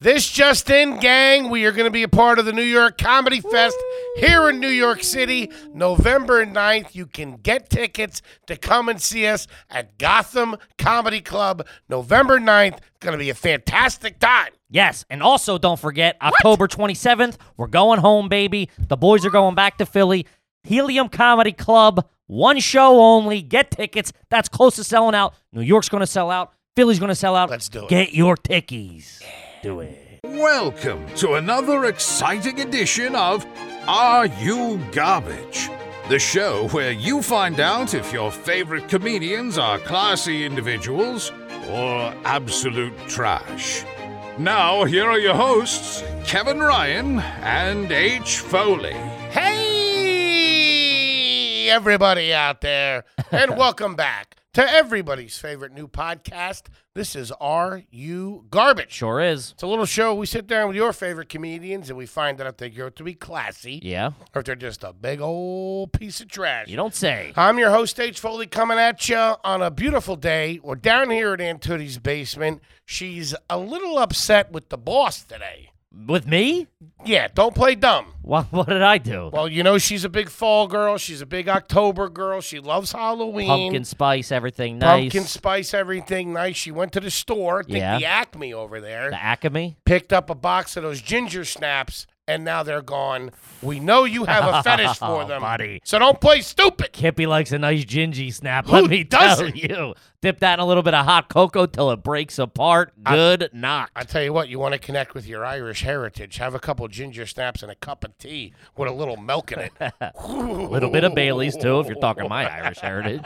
This just in, gang, we are going to be a part of the New York Comedy Fest here in New York City, November 9th. You can get tickets to come and see us at Gotham Comedy Club, November 9th. It's going to be a fantastic time. Yes, and also don't forget October 27th, we're going home, baby. The boys are going back to Philly. Helium Comedy Club, one show only. Get tickets. That's close to selling out. New York's going to sell out. Philly's going to sell out. Let's do it. Get your tickies. Do it. Welcome to another exciting edition of Are You Garbage? The show where you find out if your favorite comedians are classy individuals or absolute trash. Now, here are your hosts, Kevin Ryan and H. Foley. Hey, everybody out there, and welcome back to everybody's favorite new podcast. This is Are You Garbage? Sure is. It's a little show. We sit down with your favorite comedians and we find out if they grow to be classy Yeah. or if they're just a big old piece of trash. You don't say. I'm your host, H. Foley, coming at you on a beautiful day. We're down here at Antoni's basement. She's a little upset with the boss today. With me? Yeah, don't play dumb. What, what did I do? Well, you know she's a big fall girl. She's a big October girl. She loves Halloween. Pumpkin spice, everything nice. Pumpkin spice, everything nice. She went to the store, I think Yeah. the Acme over there, the Acme? picked up a box of those ginger snaps, and now they're gone. We know you have a fetish for Oh, them, buddy. So don't play stupid. Kippy likes a nice gingy snap. Who Let me tell doesn't? you. Dip that in a little bit of hot cocoa till it breaks apart. Good knock. I tell you what, you want to connect with your Irish heritage. Have a couple ginger snaps and a cup of tea with a little milk in it. A little bit of Bailey's too, if you're talking my Irish heritage.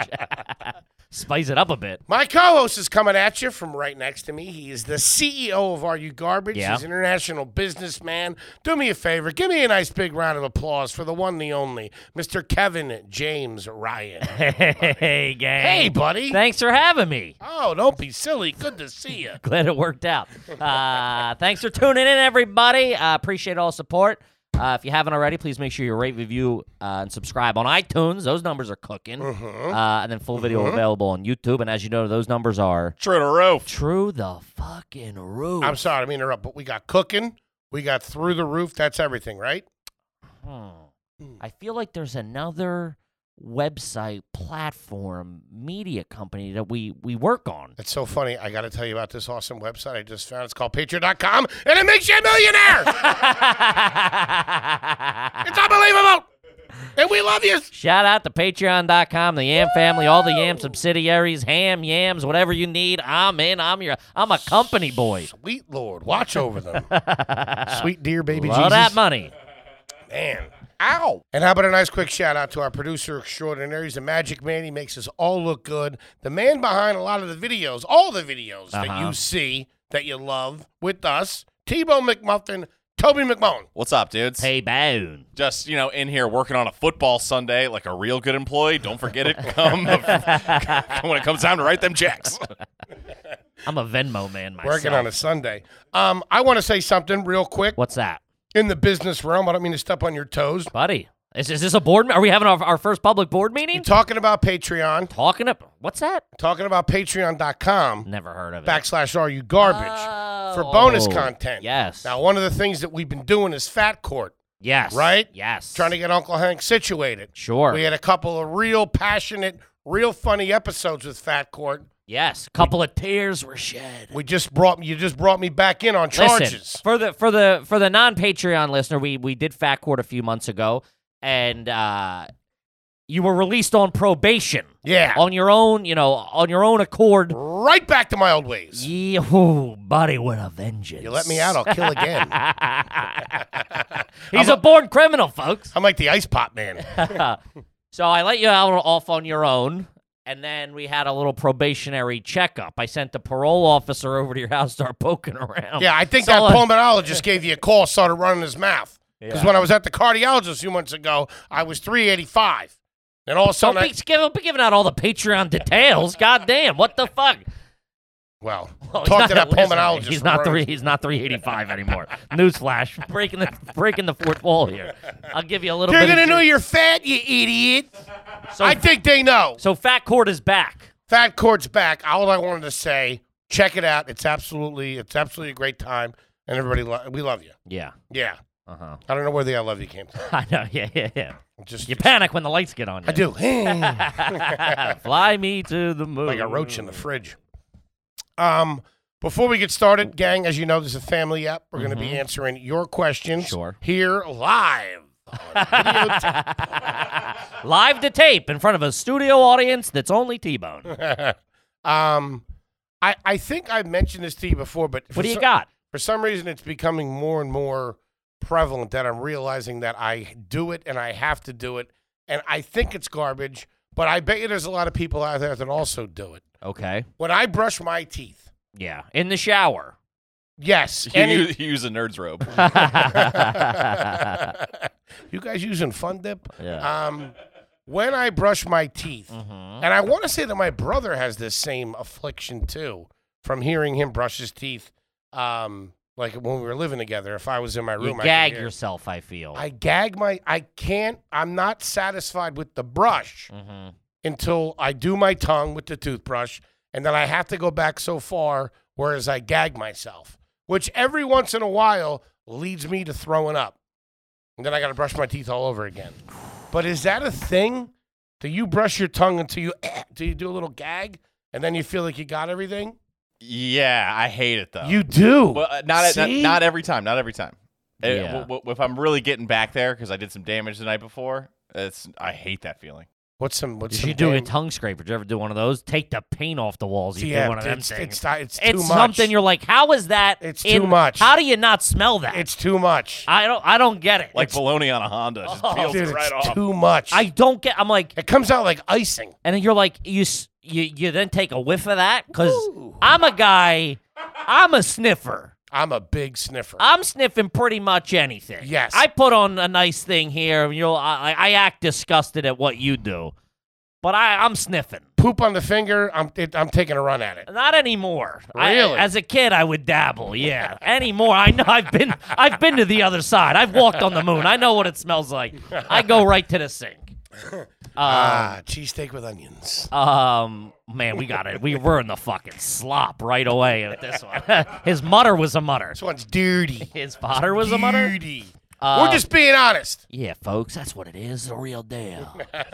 Spice it up a bit. My co-host is coming at you from right next to me. He is the CEO of Are You Garbage. Yeah. He's an international businessman. Do me a favor, give me a nice big round of applause for the one, the only, Mr. Kevin James Ryan. Hey, gang. hey, buddy. Thanks for having me. oh, don't be silly. Good to see you. Glad it worked out. Uh, thanks for tuning in, everybody. Uh, appreciate all the support. Uh, if you haven't already, please make sure you rate, review, uh, and subscribe on iTunes. Those numbers are cooking. Uh-huh. Uh, and then full video available on YouTube. And as you know, those numbers are True to roof. true the fucking roof. I'm sorry, I'm interrupt, but we got cooking. We got through the roof. That's everything, right? Hmm. I feel like there's another website platform media company that we we work on. That's so funny. I got to tell you about this awesome website I just found. It's called Patreon.com, and it makes you a millionaire. it's unbelievable. And we love you. Shout out to Patreon.com, the Yam family, all the Yam subsidiaries, ham, yams, whatever you need. I'm in. I'm your. I'm a company boy. Sweet Lord, watch over them. Sweet dear baby Love Jesus. that money. Man. Ow. And how about a nice quick shout out to our producer extraordinaire. He's a magic man. He makes us all look good. The man behind a lot of the videos, all the videos that Uh-huh. you see that you love with us, Tebow McMuffin, Toby McMullen. What's up, dudes? Hey, Boone. Just, you know, in here working on a football Sunday like a real good employee. Don't forget it come when it comes time to write them checks. I'm a Venmo man myself. Working on a Sunday. Um, I want to say something real quick. What's that, In the business realm, I don't mean to step on your toes. buddy? Is, is this a board? me- Are we having our, our first public board meeting? Talking about Patreon, Talking up. What's that? talking about patreon.com Never heard of it. backslash are you garbage for Oh. bonus content. Yes. Now, one of the things that we've been doing is fat court, Yes. Right? Yes. trying to get Uncle Hank situated. Sure. We had a couple of real passionate, real funny episodes with fat court. yes. Couple of tears were shed. We just brought you just brought me back in on charges. Listen, for the for the for the non Patreon listener, we we did Fat Court a few months ago, and uh, you were released on probation yeah, on your own, you know, on your own accord. right back to my old ways. Yahoo, buddy, with a vengeance. You let me out, I'll kill again. He's a born criminal, folks. I'm like the ice pop man. so I let you out off on your own, and then we had a little probationary checkup. I sent the parole officer over to your house, to start poking around. Yeah, I think that Solid. pulmonologist gave you a call, started running his mouth. Because when I was at the cardiologist a few months ago, I was 385. And all of a Don't sudden, I, be, give, don't be giving out all the Patreon details. Goddamn, what the fuck? well, Oh, he's talk not to that listening. pulmonologist. He's for not running three. He's not three eighty five anymore. Newsflash: breaking the breaking the fourth wall here. I'll give you a little. They're bit gonna of know you're fat, you idiot. So, I think they know. so Fat Court is back. Fat Court's back. All I wanted to say, check it out. It's absolutely, it's absolutely a great time. and everybody, lo- we love you. Yeah. Yeah. Uh huh. I don't know where the I love you came from. I know. Yeah, yeah, yeah. Just You panic when the lights get on you. I do. Fly me to the moon. like a roach Mm. in the fridge. Um, before we get started, gang, as you know, this is a family app. We're going to be answering your questions Mm-hmm. Sure. here live. on video tape. Live to tape in front of a studio audience that's only T-Bone. What um, I I think I mentioned this to you before, but for do you so- got? For some reason, it's becoming more and more prevalent that I'm realizing that I do it and I have to do it, and I think it's garbage. But I bet you there's a lot of people out there that also do it. Okay. When I brush my teeth, Yeah. In the shower. yes, You, any- you use a nerd's robe. yeah. you guys using Fun Dip? Um, when I brush my teeth, Mhm. and I want to say that my brother has this same affliction too, from hearing him brush his teeth. Um, like when we were living together, if I was in my You room, I could gag hear- yourself. I feel. I gag my. I can't. I'm not satisfied with the brush Mhm. until I do my tongue with the toothbrush, and then I have to go back so far, whereas I gag myself, which every once in a while leads me to throwing up, and then I got to brush my teeth all over again. But is that a thing? Do you brush your tongue until you do you do a little gag, and then you feel like you got everything? yeah, I hate it though. You do. Well, uh, not, at- not See? not every time. Not every time. Uh, Yeah. w- w- if I'm really getting back there because I did some damage the night before, it's I hate that feeling. What's some? What's You some should do a damn- tongue scraper. Did you ever do one of those? Take the paint off the walls. You Yeah, do one of them it's, things. it's, it's, too It's much. something you're like, how is that? It's in- too much. How do you not smell that? It's too much. I don't. I don't get it. Like bologna on a Honda, it just Oh, peels Dude, it right it's off. too much. I don't get. I'm like, it comes out like icing. and then you're like, you s- you you then take a whiff of that because Ooh. I'm a guy. I'm a sniffer. I'm a big sniffer. I'm sniffing pretty much anything. Yes. I put on a nice thing here, and you'll. I, I act disgusted at what you do, but I I'm sniffing. Poop on the finger. I'm it, I'm taking a run at it. Not anymore. I- Really? as a kid, I would dabble. Yeah. anymore, I know. I've been. I've been to the other side. I've walked on the moon. I know what it smells like. I go right to the sink. Uh, Ah, cheesesteak with onions. um. Man, we got it. We were in the fucking slop right away with this one. His mutter was a mutter. This one's dirty. His father was a mutter. Dirty. Uh, We're just being honest. Yeah, folks, that's what it is. The real deal.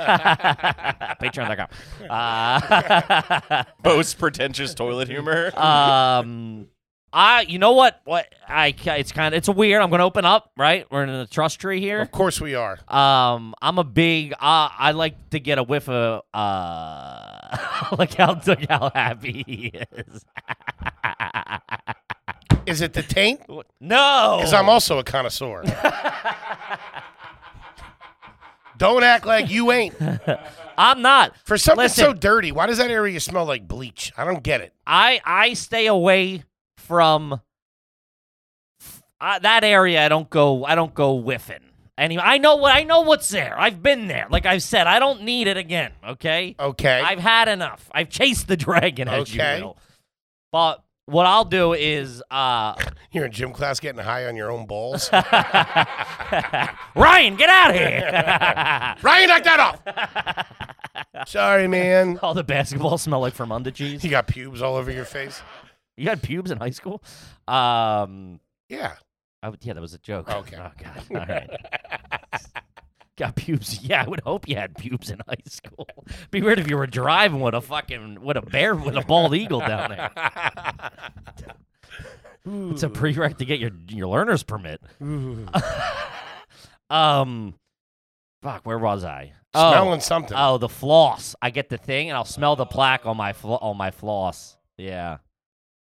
Patreon.com. Uh, Most pretentious toilet humor. Uh, um I you know what what I ca- it's kind of it's weird I'm going to open up right we're in the trust tree here Of course we are. um I'm a big uh, I like to get a whiff of uh look how look how happy he is Is it the taint? no Because I'm also a connoisseur. Don't act like you ain't. I'm not For something Listen. so dirty, why does that area smell like bleach? I don't get it. I I stay away from uh, that area. I don't go. I don't go whiffing. Anyway, I know what I know what's there. I've been there. Like I've said, I don't need it again. Okay, Okay. I've had enough. I've chased the dragon, as Okay. you will. But what I'll do is, uh, You're in gym class getting high on your own balls. Ryan, get out of here. Ryan, knock that off. Sorry, man. All the basketball smell like from under cheese. You got pubes all over your face. You had pubes in high school. Um, Yeah. I would, yeah, that was a joke. Okay. Oh God. All right. Got pubes. Yeah, I would hope you had pubes in high school. Be weird if you were driving with a fucking with a bear with a bald eagle down there. It's a prereq to get your your learner's permit. Um, fuck, where was I? Smelling Oh. something. Oh, the floss. I get the thing, and I'll smell the plaque on my flo- on my floss. Yeah,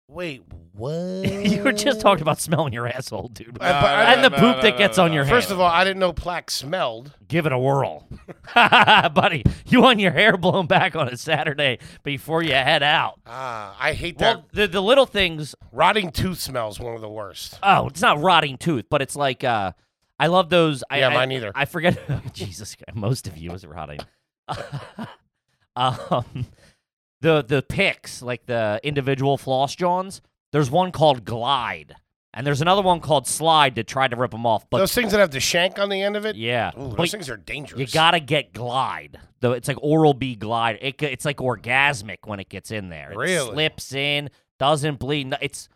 Wait, what? you were just talking about smelling your asshole, dude. Uh, but I- and the poop that gets on your First hand. of all, I didn't know plaque smelled. give it a whirl. Buddy, you want your hair blown back on a Saturday before you head out. Ah, I hate that. Well, the, the little things, Rotting tooth smells one of the worst. oh, it's not rotting tooth, but it's like, uh, I love those. I, Yeah, I- mine either. I forget. oh, Jesus, most of you is rotting. um, the the picks, like the individual floss johns, there's one called Glide, and there's another one called Slide to try to rip them off. But those things that have the shank on the end of it. yeah, Ooh, those But things are dangerous. You gotta get glide. Though it's like Oral B glide. It, ca- it's like orgasmic when it gets in there. It Really? slips in, doesn't bleed. No- It's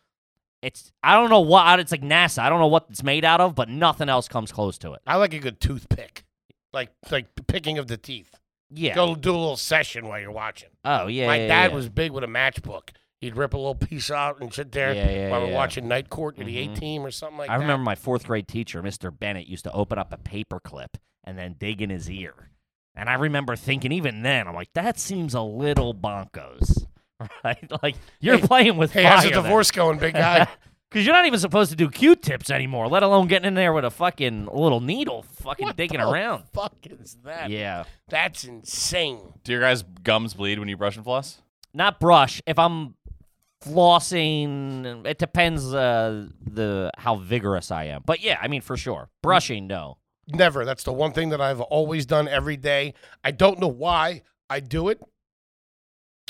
It's I don't know what it's like NASA. I don't know what it's made out of, but nothing else comes close to it. I like a good toothpick, like like picking of the teeth. Yeah. Go do a little session while you're watching. oh yeah. My yeah, dad yeah. was big with a matchbook. He'd rip a little piece out and sit there Yeah, yeah, while we're yeah. watching Night Court or the A Mhm. Team or something like I that. remember my fourth grade teacher, Mr. Bennett, used to open up a paper clip and then dig in his ear. And I remember thinking, even then, I'm like, that seems a little bonkos, right? Like you're Hey, playing with Hey, fire. how's the divorce going, big guy? Because you're not even supposed to do Q-tips anymore, let alone getting in there with a fucking little needle, fucking What digging the around. fuck is that? Yeah, That's insane. Do your guys' gums bleed when you brush and floss? not brush. If I'm flossing, it depends uh, the how vigorous I am. But yeah, I mean for sure, brushing no. Never. That's the one thing that I've always done every day. I don't know why I do it.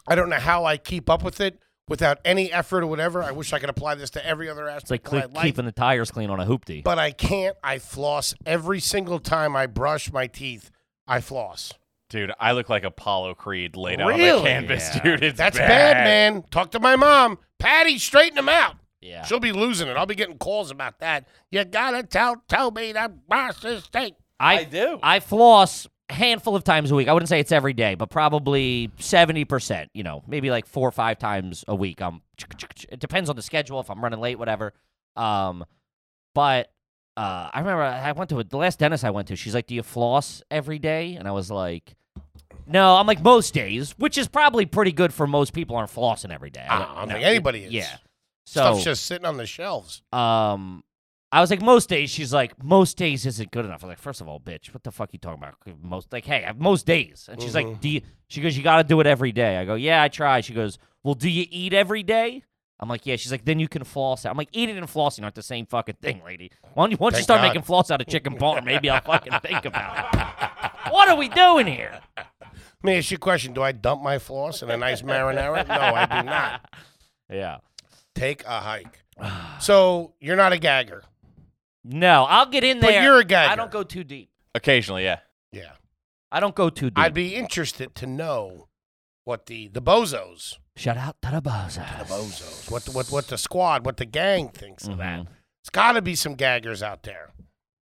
I don't know how I keep up with it without any effort or whatever. I wish I could apply this to every other It's aspect like of my cle- life. keeping the tires clean on a hoopty. but I can't. I floss every single time I brush my teeth. I floss. Dude, I look like Apollo Creed laid out on Really? the canvas, Yeah. dude. It's That's bad. bad, man. Talk to my mom. Patty, straighten them out. yeah, She'll be losing it. I'll be getting calls about that. You gotta tell Toby that my mistake. I, do. I floss a handful of times a week. I wouldn't say it's every day, but probably seventy percent. You know, maybe like four or five times a week. Um, it depends on the schedule. If I'm running late, whatever. Um, but uh, I remember I I went to a, the last dentist I went to. She's like, "Do you floss every day?" And I was like. No, I'm like most days, which is probably pretty good for most people aren't flossing every day. Ah, I don't think anybody is. Yeah. So Stuff's just sitting on the shelves. um I was like, most days. She's like, most days isn't good enough. I was like, first of all, bitch, what the fuck you talking about? Most like, hey, I have most days. And she's like, do you? She goes, you got to do it every day. I go, yeah, I try. She goes, well, do you eat every day? I'm like, yeah. She's like, then you can floss out. I'm like, eating and flossing aren't the same fucking thing, lady. Why don't you, why don't you Thank start God. making floss out of chicken parm? Maybe I'll fucking think about it. What are we doing here? Let me ask you a question. Do I dump my floss in a nice marinara? No, I do not. Yeah. Take a hike. So you're not a gagger. No, I'll get in But there. you're a I gagger. don't go too deep. Occasionally, yeah. Yeah. I don't go too deep. I'd be interested to know what the the bozos, Shout out to the bozos. the bozos, what the, what what the squad, what the gang thinks of that. It's got to be some gaggers out there.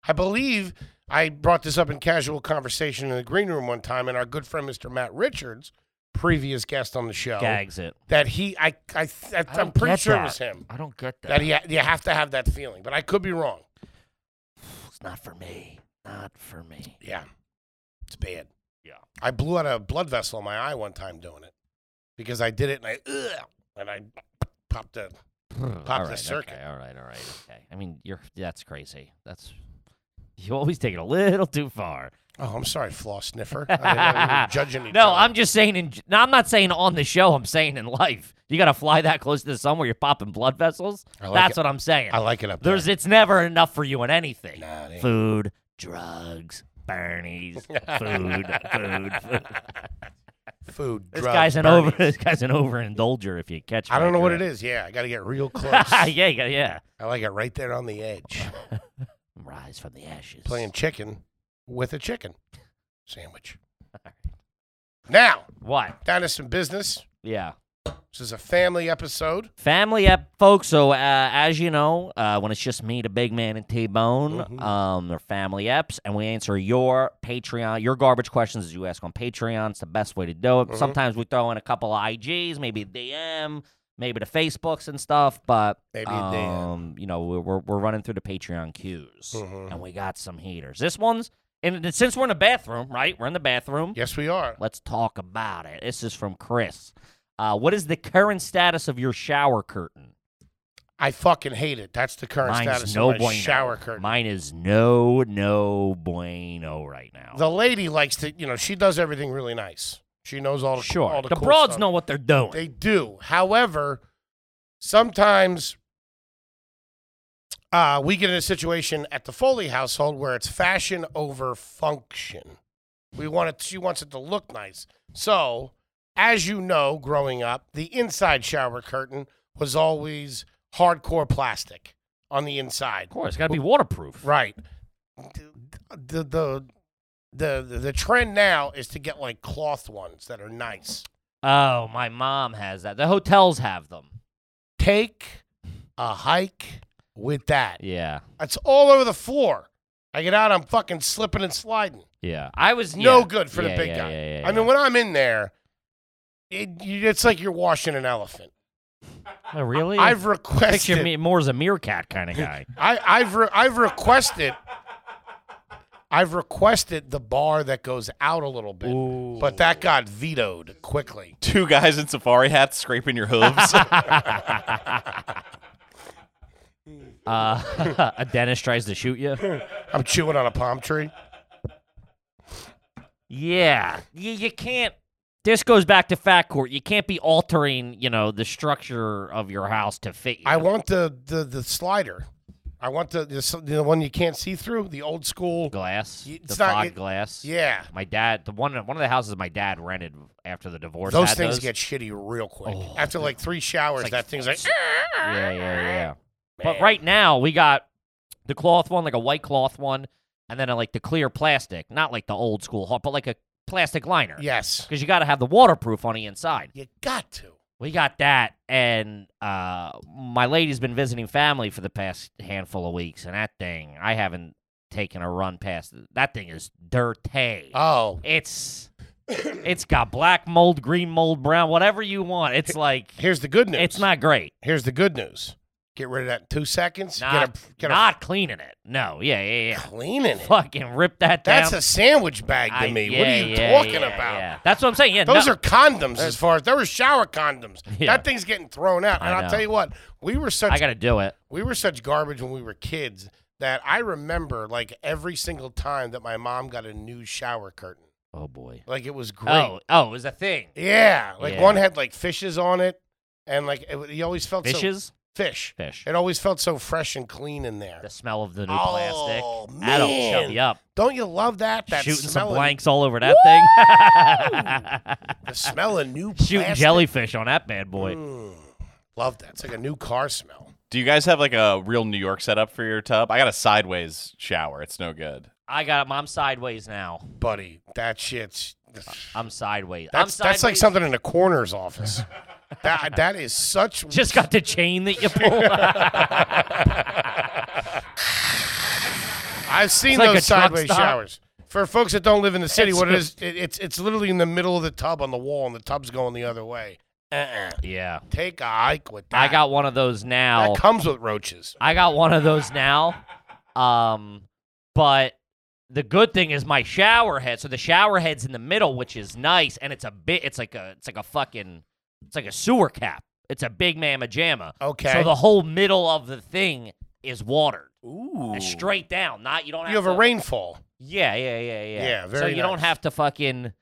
I believe I brought this up in casual conversation in the green room one time, and our good friend Mr. Matt Richards, previous guest on the show, Gags it. that he I I, I, I am don't pretty get sure that. it was him. I don't get that. That he you have to have that feeling, but I could be wrong. It's not for me. Not for me. Yeah, it's bad. Yeah. I blew out a blood vessel in my eye one time doing it because I did it and I ugh, and I popped a Hmm, all the right, circuit. Okay, all right, all right, okay. I mean, you're that's crazy. That's you always take it a little too far. oh I'm sorry floss sniffer. I, I, I'm judging each No, other. I'm just saying. In, no, I'm not saying on the show. I'm saying in life. You got to fly that close to the sun where you're popping blood vessels. I like that's it. what I'm saying. I like it up there. There's it's never enough for you in anything. Nah, it ain't. Food, drugs, Bernie's, food, food, food. food. This drugs, guy's an Bernie. over. This guy's an overindulger. If you catch, I don't my know what it drift. is. Yeah, I got to get real close. yeah, you got- yeah. I like it right there on the edge. Rise from the ashes. Playing chicken with a chicken sandwich. Now what? down to some business. Yeah. This is a family episode. Family up, folks. So, uh, as you know, uh, when it's just me, the big man, and T Bone, Mhm. um, they're family eps, and we answer your Patreon, your garbage questions as you ask on Patreon. It's the best way to do it. Mhm. Sometimes we throw in a couple of IGs, maybe a DM, maybe the Facebooks and stuff, but Maybe a DM. um, you know, we're, we're, we're running through the Patreon queues, Mhm. and we got some heaters. This one's, and since we're in the bathroom, right? We're in the bathroom. Yes, we are. Let's talk about it. This is from Chris. Uh, what is the current status of your shower curtain? I fucking hate it. That's the current status of my shower curtain. Mine is no, no bueno right now. the lady likes to, you know, she does everything really nice. She knows all the sure, All the, the, cool broads stuff. know what they're doing. They do. However, sometimes uh, we get in a situation at the Foley household where it's fashion over function. We want it. She wants it to look nice. So, as you know, growing up, the inside shower curtain was always hardcore plastic on the inside. of course, it's got to be waterproof. Right. The the the the, the trend now is to get like cloth ones that are nice. Oh, my mom has that. The hotels have them. Take a hike with that. Yeah. It's all over the floor. I get out, I'm fucking slipping and sliding. Yeah. I was No yeah. good for Yeah, the big yeah, guy. yeah, yeah, I mean, yeah. when I'm in there, it, you- it's like you're washing an elephant. Oh, really? I've picture requested. me more as a meerkat kind of guy. I, I've re- I've requested. I've requested the bar that goes out a little bit, but that got vetoed quickly. Two guys in safari hats scraping your hooves. uh, a dentist tries to shoot you. I'm chewing on a palm tree. Yeah, you, you can't. This goes back to fat court. You can't be altering, you know, the structure of your house to fit you. I want the the, the slider. I want the, the the one you can't see through, the old school. glass, Y- the it's not- fog it- glass. Yeah, my dad. The one one of the houses my dad rented after the divorce. those had things those. get shitty real quick. After like three showers, Oh, like- that thing's like. "Eh, Yeah, yeah, yeah. But right now we got the cloth one, like a white cloth one, and then a, like the clear plastic, not like the old school, hard- but like a plastic liner. Yes, because you got to have the waterproof on the inside. you got to. We got that, and uh, my lady's been visiting family for the past handful of weeks, and that thing I haven't taken a run past. That thing is dirty. Oh, it's it's got black mold, green mold, brown, whatever you want. It's like here's the good news. it's not great. Here's the good news. Get rid of that in two seconds. Not, get a, get not cleaning it. No, yeah, a yeah, cleaning yeah. it. Fucking rip that down. That's a sandwich bag to I- me. what yeah, are you yeah, talking yeah, about? yeah. That's what I'm saying. Yeah, Those no- are condoms as far as there were shower condoms. Yeah. That thing's getting thrown out. I And I'll know. tell you what, we were such I gotta do it. we were such garbage when we were kids that I remember like every single time that my mom got a new shower curtain. Oh boy. Like it was great. Oh, oh, it was a thing. Yeah. Like Yeah. one had like fishes on it and like it, you always felt so Fishes, fish. fish. It always felt so fresh and clean in there. the smell of the new Oh, plastic. That'll man. shove you up. Don't you love that? That Shooting smell some of- blanks all over that The smell of new thing. Shooting plastic. jellyfish on that bad boy. Mm, love that. It's like a new car smell. Do you guys have like a real New York setup for your tub? I got a sideways shower. It's no good. I got him. I'm sideways now. Buddy, that shit's I'm sideways. I'm that's sideways. that's like something in a coroner's office. that that is such Just got the chain that you pull. I've seen It's like those a truck sideways stop. showers. For folks that don't live in the city, It's- what it is it, it's it's literally in the middle of the tub on the wall and the tub's going the other way. Uh-uh. yeah. Take a hike with that. I got one of those now. that comes with roaches. I got one of those now. Um, but the good thing is my shower head. So the shower head's in the middle, which is nice, and it's a bit. It's like a. It's like a fucking. It's like a sewer cap. It's a big mamma jamma. Okay. So the whole middle of the thing is watered. Ooh. It's straight down. Not you don't. Have You have a to- rainfall. Yeah, yeah, yeah, yeah. Yeah, So very you don't nice. have to fucking.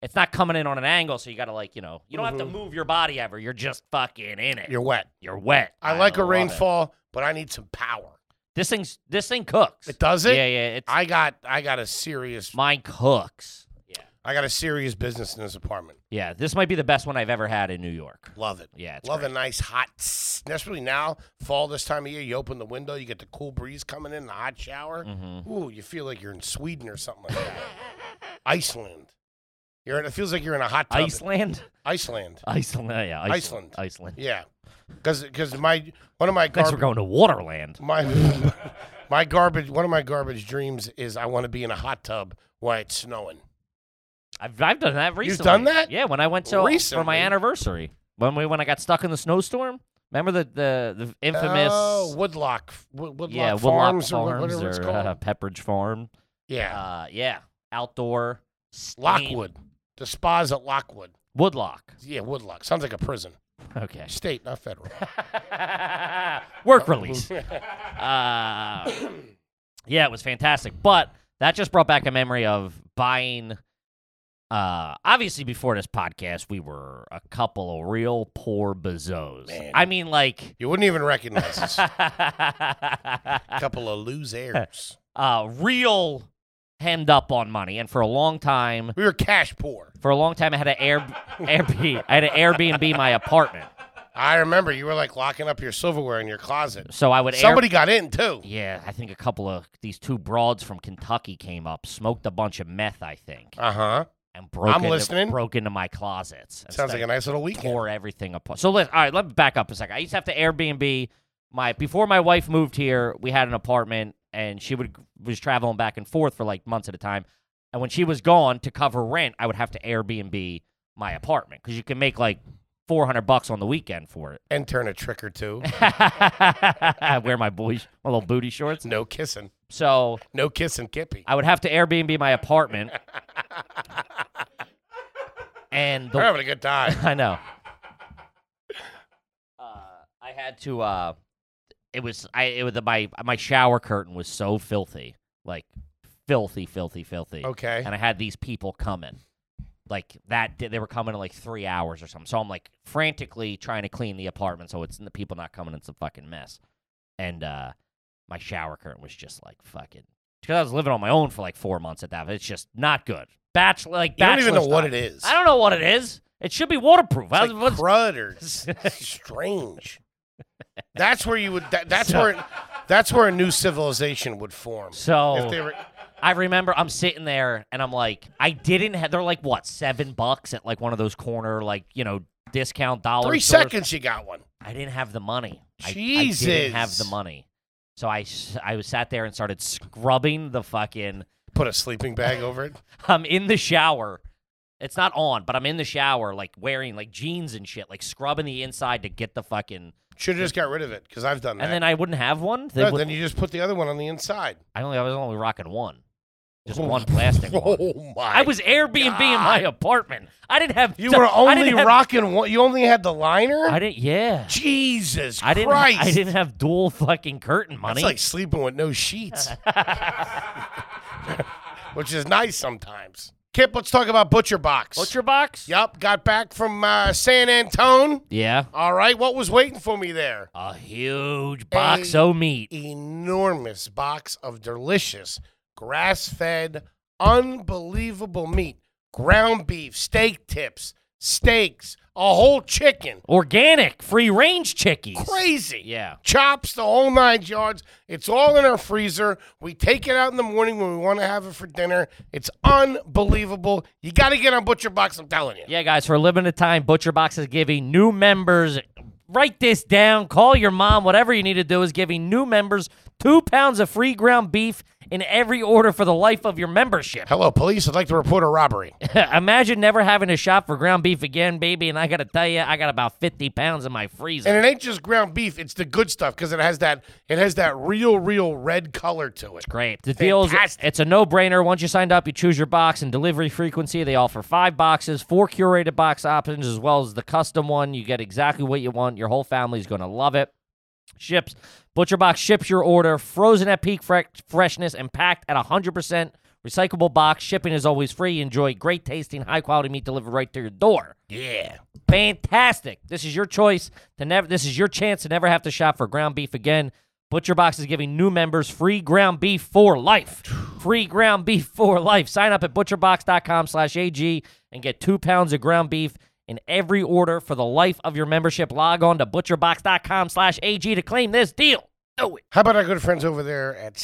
It's not coming in on an angle, so you gotta like you know you don't have to move your body ever. You're just fucking in it. You're, Mm-hmm. You're wet. wet. I, like a love it. rainfall, but I need some power. This thing's this thing cooks. It does it. Yeah, yeah. It's I got I got a serious mine cooks. Yeah, I got a serious business in this apartment. yeah. This might be the best one I've ever had in New York. Love it. Yeah, it's Love great. a nice hot, tss. especially now fall this time of year. You open the window, you get the cool breeze coming in, the hot shower. Mm. Mm-hmm. Ooh, you feel like you're in Sweden or something like that. Iceland. You're in, it feels like you're in a hot tub. Iceland, Iceland. Iceland, yeah, yeah, Iceland. Iceland, Iceland. Yeah, because my one of my Next, we're garbage going to Waterland. my my garbage one of my garbage dreams is I want to be in a hot tub while it's snowing. I've, I've done that recently. done that? Yeah, when I went to for Recently? my anniversary, when we when I got stuck in the snowstorm. Remember the the, the infamous. Oh, Woodlock, Wo- Woodlock yeah, Woodlock Farms, or Farms whatever it's or called. uh, Pepperidge Farm. yeah, Uh, yeah, outdoor. steam- Lockwood. The spas at Lockwood. Woodlock. Yeah, Woodlock. Sounds like a prison. Okay. State, not federal. work release. Uh, yeah, it was fantastic. But that just brought back a memory of buying. Uh, obviously, before this podcast, we were a couple of real poor bazos. Man. I mean, like, You wouldn't even recognize us. A uh, couple of loose heirs. real hemmed up on money. And for a long time, We were cash poor. for a long time, I had an Air, Airbnb, I had an Airbnb my apartment. I remember you were like locking up your silverware in your closet. So I would air- Somebody got in too. Yeah, I think a couple of these two broads from Kentucky came up, smoked a bunch of meth, I think, Uh huh. and broke I'm into, listening. broke into my closets. and Sounds like a started- nice little weekend. tore everything apart. So let all right, let me back up a second. I used to have to Airbnb my before my wife moved here, we had an apartment and she would was traveling back and forth for like months at a time. And when she was gone to cover rent, I would have to Airbnb my apartment because you can make like four hundred bucks on the weekend for it. and turn a trick or two. Wear my boy, my little booty shorts. No kissing. So No kissing, Kippy. I would have to Airbnb my apartment. and We're the, having a good time. I know. Uh, I had to. Uh, it was I. It was the, my my shower curtain was so filthy, like filthy, filthy, filthy. Okay. And I had these people coming, like that. They were coming in like three hours or something. So I'm like frantically trying to clean the apartment so it's the people not coming. It's a fucking mess. And uh, my shower curtain was just like fucking. Because I was living on my own for like four months at that. It's just not good. Bachelor, like You don't even know bachelor what style. it is. I don't know what it is. It should be waterproof. I It's was- like what's- crud or s- strange. That's where you would. That, that's So- where. That's where a new civilization would form. if they so were, I remember I'm sitting there and I'm like, I didn't have. They're like what seven bucks at like one of those corner like you know discount dollar. three stores. seconds, you got one. I didn't have the money. I- I, Jesus. didn't have the money. So I s- I was sat there and started scrubbing the fucking. Put a sleeping bag over it. I'm in the shower. It's not on, but I'm in the shower, like wearing like jeans and shit, like scrubbing the inside to get the fucking. Should have just got rid of it because I've done that. And then I wouldn't have one. They No, would- then you just put the other one on the inside. I only I was only rocking one, just one plastic one. Oh my! I was Airbnb in my apartment. I didn't have. You t- were I didn't only have- rocking one. You only had the liner. I didn't. Yeah. Jesus I didn't. Christ! I didn't have dual fucking curtain money. It's like sleeping with no sheets, which is nice sometimes. Kip, let's talk about Butcher Box. Butcher box. Yep, got back from uh, San Antone. Yeah. All right, what was waiting for me there? A huge box A- of meat. Enormous box of delicious grass fed, unbelievable meat ground beef, steak tips, steaks, a whole chicken. Organic, free range chickies. Crazy. Yeah. Chops, the whole nine yards. It's all in our freezer. We take it out in the morning when we want to have it for dinner. It's unbelievable. You got to get on Butcher Box, I'm telling you. Yeah, guys, for a limited time, Butcher Box is giving new members. Write this down. Call your mom. Whatever you need to do is giving new members two pounds of free ground beef in every order for the life of your membership. Hello, police. I'd like to report a robbery. Imagine never having to shop for ground beef again, baby. And I gotta tell you, I got about fifty pounds in my freezer. and it ain't just ground beef; it's the good stuff because it has that it has that real, real red color to it. Great. The deal is Fantastic. it's a no-brainer. Once you signed up, you choose your box and delivery frequency. They offer five boxes, four curated box options, as well as the custom one. You get exactly what you want. Your whole family's gonna love it. Ships. Butcher Box ships your order frozen at peak fre- freshness and packed at 100% recyclable box. Shipping is always free. Enjoy great tasting, high quality meat delivered right to your door. Yeah, Fantastic. This is your choice to never this is your chance to never have to shop for ground beef again. Butcher Box is giving new members free ground beef for life. Free ground beef for life. Sign up at butcherbox.com slash AG and get two pounds of ground beef in every order for the life of your membership. Log on to butcherbox.com slash AG to claim this deal. Do it. how about our good friends over there at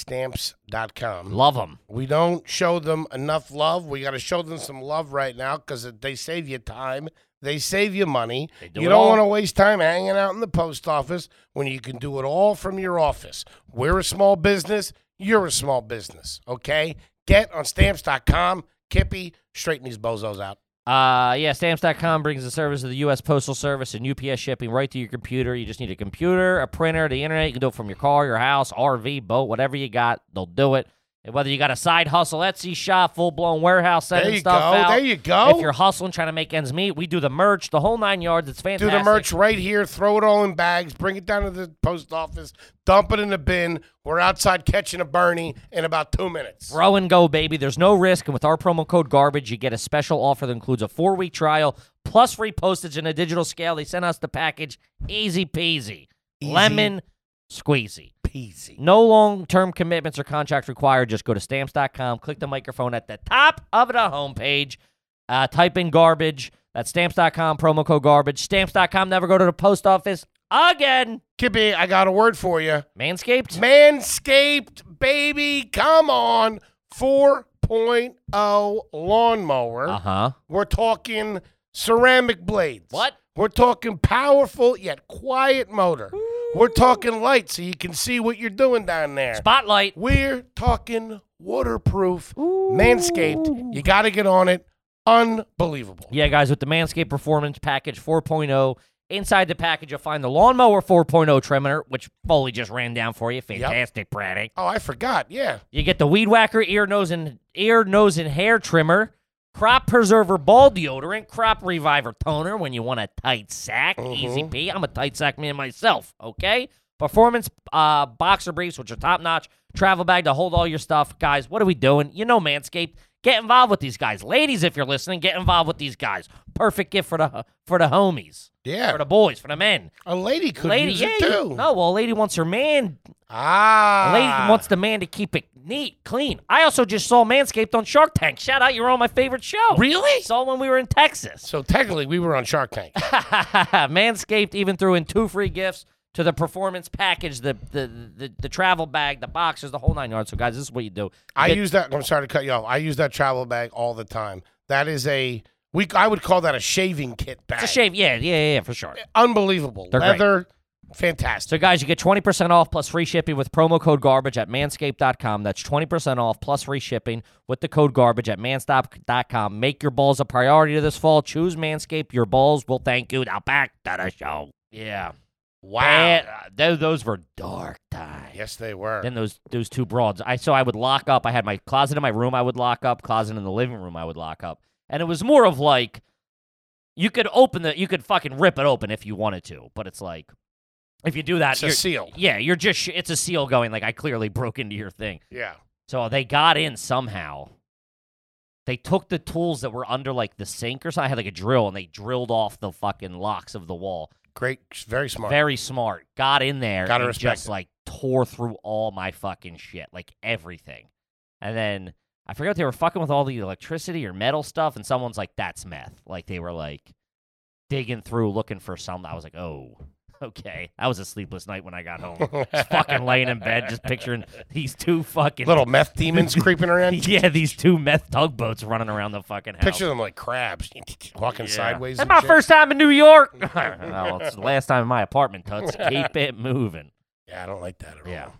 Stamps.com? Love them. We don't show them enough love. We got to show them some love right now because they save you time. They save you money. do you it don't all. want to waste time hanging out in the post office when you can do it all from your office. We're a small business. You're a small business. Okay, get on Stamps.com. Kippy, straighten these bozos out. Uh, yeah, stamps.com brings the service of the U.S. Postal Service and UPS shipping right to your computer. You just need a computer, a printer, the internet. You can do it from your car, your house, RV, boat, whatever you got, they'll do it. And whether you got a side hustle, Etsy shop, full blown warehouse, There sending you go. stuff out. There you go. If you're hustling, trying to make ends meet, we do the merch, the whole nine yards. It's do fantastic. the merch right here, throw it all in bags, bring it down to the post office, dump it in the bin. We're outside catching a Bernie in about two minutes. Grow and go, baby. There's no risk. And with our promo code GARBAGE, you get a special offer that includes a four week trial plus free postage and a digital scale. They sent us the package. Easy peasy. Lemon squeezy. Peasy. No long term commitments or contracts required. Just go to stamps.com, click the microphone at the top of the homepage, uh, type in garbage. That's stamps.com, promo code garbage. Stamps.com, never go to the post office again. Kippy, I got a word for you. Manscaped? Manscaped, baby, come on. 4.0 lawnmower. Uh huh. We're talking ceramic blades. What? We're talking powerful yet quiet motor. We're talking light so you can see what you're doing down there. Spotlight. We're talking waterproof, manscaped. You got to get on it. Unbelievable. Yeah, guys, with the Manscaped Performance Package 4.0, inside the package you'll find the Lawnmower 4.0 trimmer, which Foley just ran down for you. Fantastic product. Oh, I forgot. Yeah. You get the Weed Whacker ear, nose, and ear, nose, and hair trimmer, Crop Preserver ball deodorant, Crop Reviver toner when you want a tight sack. Mm-hmm. Easy pee. I'm a tight sack man myself. Okay. Performance uh, boxer briefs, which are top notch. Travel bag to hold all your stuff, guys. What are we doing? You know, Manscaped. Get involved with these guys, ladies. If you're listening, get involved with these guys. Perfect gift for the for the homies, for Yeah. the boys, for the men. A lady could Lady, use yeah, it you- too. no, well, a lady wants her man Ah. Lady wants the man to keep it neat, clean. I also just saw Manscaped on Shark Tank. Shout out, you're on my favorite show. Really? Saw when we were in Texas. So technically, we were on Shark Tank. Manscaped even threw in two free gifts to the performance package, the the the, the travel bag, the boxes, the whole nine yards. So guys, this is what you do. You I get- use that. I'm sorry to cut you off. I use that travel bag all the time. That is a we. I would call that a shaving kit bag. it's a shave. Yeah, yeah, yeah, yeah, for sure. Unbelievable. They're great. Leather, fantastic. So, guys, you get 20% off plus free shipping with promo code garbage at manscaped.com. That's 20% off plus free shipping with the code garbage at manscaped.com. Make your balls a priority this fall. Choose Manscaped. Your balls will thank you. Now, back to the show. Yeah. Wow. Man, uh, tho- those were dark times. Yes, they were. Then those those two broads. I so I would lock up. I had my closet in my room. I would lock up. Closet in the living room. I would lock up. And it was more of like, you could open the, you could fucking rip it open if you wanted to. But it's like, if you do that, it's a you're- seal. yeah, you're just sh- it's a seal going like I clearly broke into your thing. Yeah. So they got in somehow. They took the tools that were under like the sink or something. I had like a drill and they drilled off the fucking locks of the wall. Great. Very smart. Very smart. Got in there Gotta and respect just it. like tore through all my fucking shit, like everything. And then I forgot if they were fucking with all the electricity or metal stuff and someone's like that's meth. Like they were like digging through looking for something. I was like, "Oh, okay. That was a sleepless night when I got home." just fucking laying in bed, just picturing these two fucking Little meth demons creeping around. yeah, these two meth tugboats running around the fucking house. Picture them like crabs walking sideways. and That's my shit. first time in New York. well, it's the last time in my apartment, Tuts. Keep it moving. Yeah, I don't like that at Yeah. all.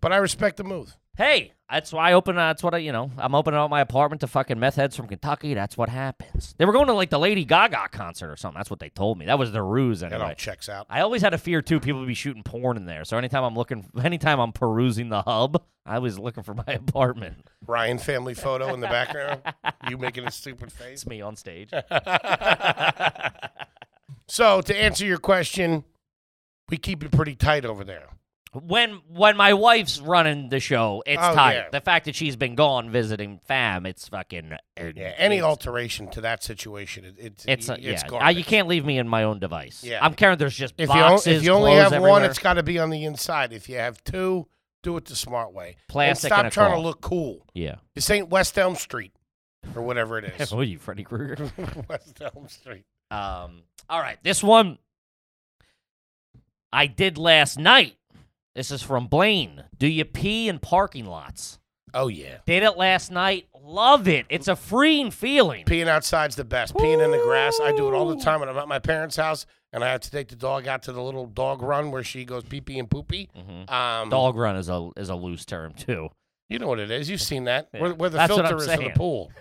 But I respect the move. Hey, that's why I open. uh, That's what I, you know, I'm opening up my apartment to fucking meth heads from Kentucky. That's what happens. They were going to like the Lady Gaga concert or something. That's what they told me. That was the ruse That all anyway. checks out. I always had a fear too. People would be shooting porn in there. So anytime I'm looking, anytime I'm perusing the hub, I was looking for my apartment. Ryan family photo in the background. you making a stupid face. It's me on stage. So to answer your question, we keep it pretty tight over there. when when my wife's running the show, it's Oh, tight. yeah. The fact that she's been gone visiting fam, it's fucking uh, Yeah, any it's, alteration to to that situation, it, it's It's, it's, uh, yeah, garbage. I- you can't leave me in my own device. Yeah. I'm caring. There's just If you, on- boxes. if you only clothes have everywhere. one, it's got to be on the inside. If you have two, do it the smart way. Plastic And stop and a trying cloth. to look cool. yeah. This ain't West Elm Street or whatever it is. What are you, Freddy Krueger? West Elm Street. Um, all right, this one I did last night. This is from Blaine. Do you pee in parking lots? Oh yeah. Did it last night. Love it. It's a freeing feeling. Peeing outside's the best. Peeing in the grass. I do it all the time when I'm at my parents' house and I have to take the dog out to the little dog run where she goes pee pee and poopy. Mhm. Um, Dog run is a is a loose term too. You know what it is. You've seen that. Yeah. Where, where the That's what filter I'm is for saying. the pool.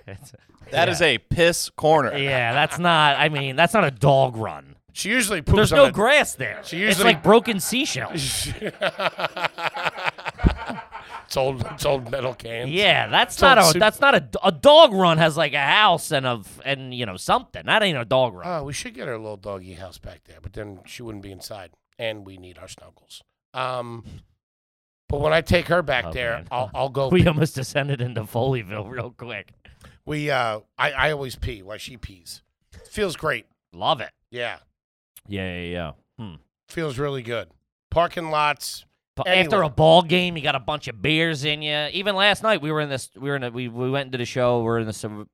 That is a piss corner. Yeah, that's not. I mean, that's not a dog run. She usually poops There's on no the- grass there. She it's usually- like broken seashells. it's old. It's old metal cans. Yeah, that's It's all not a. soup. That's not a. A dog run has like a house and a and you know something. That ain't a dog run. Oh, we should get her a little doggy house back there, but then she wouldn't be inside, and we need our snuggles. Um, but when I take her back Oh, there, man. I'll, I'll go. we almost descended into Foleyville real quick. We, uh, I, I always pee while she pees. Feels great. Love it. Yeah, Yeah, yeah, yeah. Hmm. feels really good. Parking lots. But Anyway. after a ball game, you got a bunch of beers in you. Even last night, we were in this. We were in. A, we we went into the show. We're in the sub,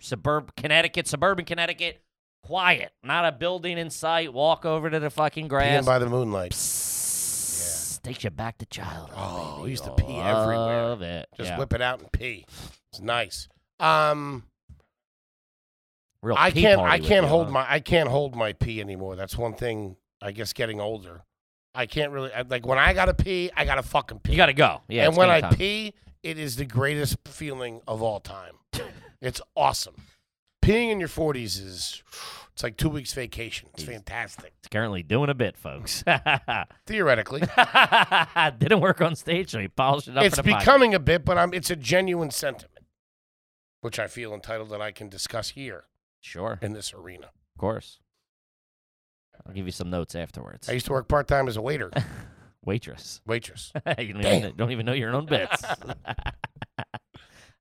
suburb Connecticut, suburban Connecticut. Quiet, not a building in sight. Walk over to the fucking Peeing grass. by the moonlight. Psst, Takes you back to childhood. Oh, baby. we used to Oh, pee everywhere. Love it. Just yeah. whip it out and pee. It's nice. Um, Real I pee can't. party I with can't you, hold huh? my. I can't hold my pee anymore. That's one thing. I guess getting older. I can't really I- like when I gotta pee. I gotta fucking pee. You got to go. Yeah. and it's when game I time. pee, it is the greatest feeling of all time. it's awesome. Peeing in your forties is it's like two weeks vacation. It's fantastic. It's currently doing a bit, folks. Theoretically, Didn't work on stage, so he polished it up. it's in a podcast. becoming a bit, but I'm, it's a genuine sentiment, which I feel entitled that I can discuss here sure, in this arena. of course. I'll give you some notes afterwards. I used to work part time as a waiter, Waitress. waitress. you don't even, don't even know your own bits.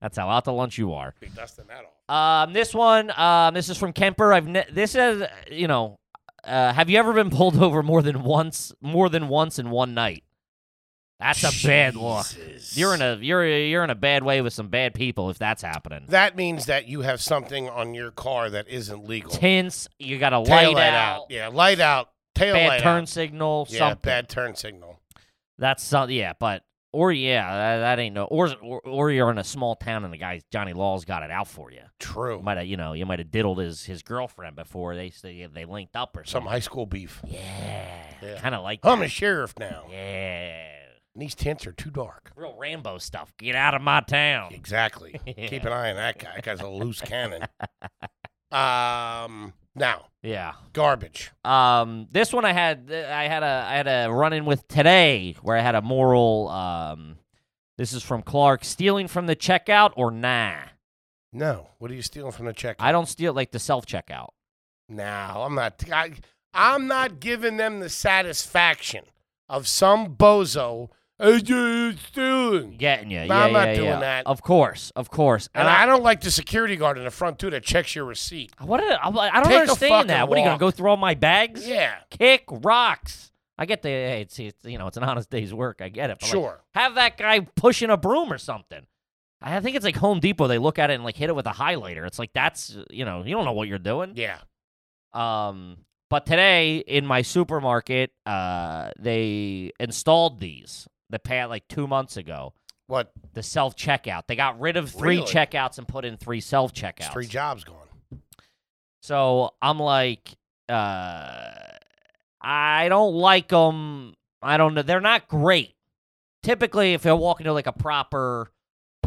That's how out to lunch you are. Be dusting that off. Um, this one, um, this is from Kemper. I've ne- this is you know, uh, have you ever been pulled over more than once, more than once in one night? That's a bad look. You're in a you're you're in a bad way with some bad people if that's happening. That means that you have something on your car that isn't legal. Tints, you got a Tail light light out, Yeah, light out. Tail bad light turn out. signal, Yeah, something. bad turn signal. That's something. Yeah, but or yeah, that, that ain't no. Or, or or you're in a small town and the guy Johnny Law's got it out for you. True. Might have you know you might have diddled his his girlfriend before they they, they linked up or Some something. high school beef. Yeah, Yeah. kind of like that. I'm a sheriff now. Yeah, And these tints are too dark. real Rambo stuff. Get out of my town. Exactly. Yeah. Keep an eye on that guy. That guy's a loose cannon. Um. Now, Yeah. garbage. Um, this one I had th- I had a I had a run in with today where I had a moral. Um, this is from Clark. Stealing from the checkout or nah? No. What are you stealing from the check? I don't steal like the self checkout. No, I'm not. I, I'm not giving them the satisfaction of some bozo "I did stealing. Getting you. No, yeah, I'm not yeah, doing yeah. that. Of course, of course. And I don't like the security guard in the front too that checks your receipt. What? Did, I, I don't Take a fucking understand that. What are you gonna walk. go through all my bags? Yeah, Kick rocks. I get the. Hey, it's, it's you know it's an honest day's work. I get it. but, like, sure. have that guy pushing a broom or something. I think it's like Home Depot. They look at it and like hit it with a highlighter. It's like that's you know you don't know what you're doing. Yeah, Um, but today in my supermarket, uh, they installed these the past like two months ago. what? the self checkout. They got rid of three Really? checkouts and put in three self It's three checkouts. jobs gone. so I'm like, uh, I don't like them. I don't know. They're not great. Typically, if I walk into like a proper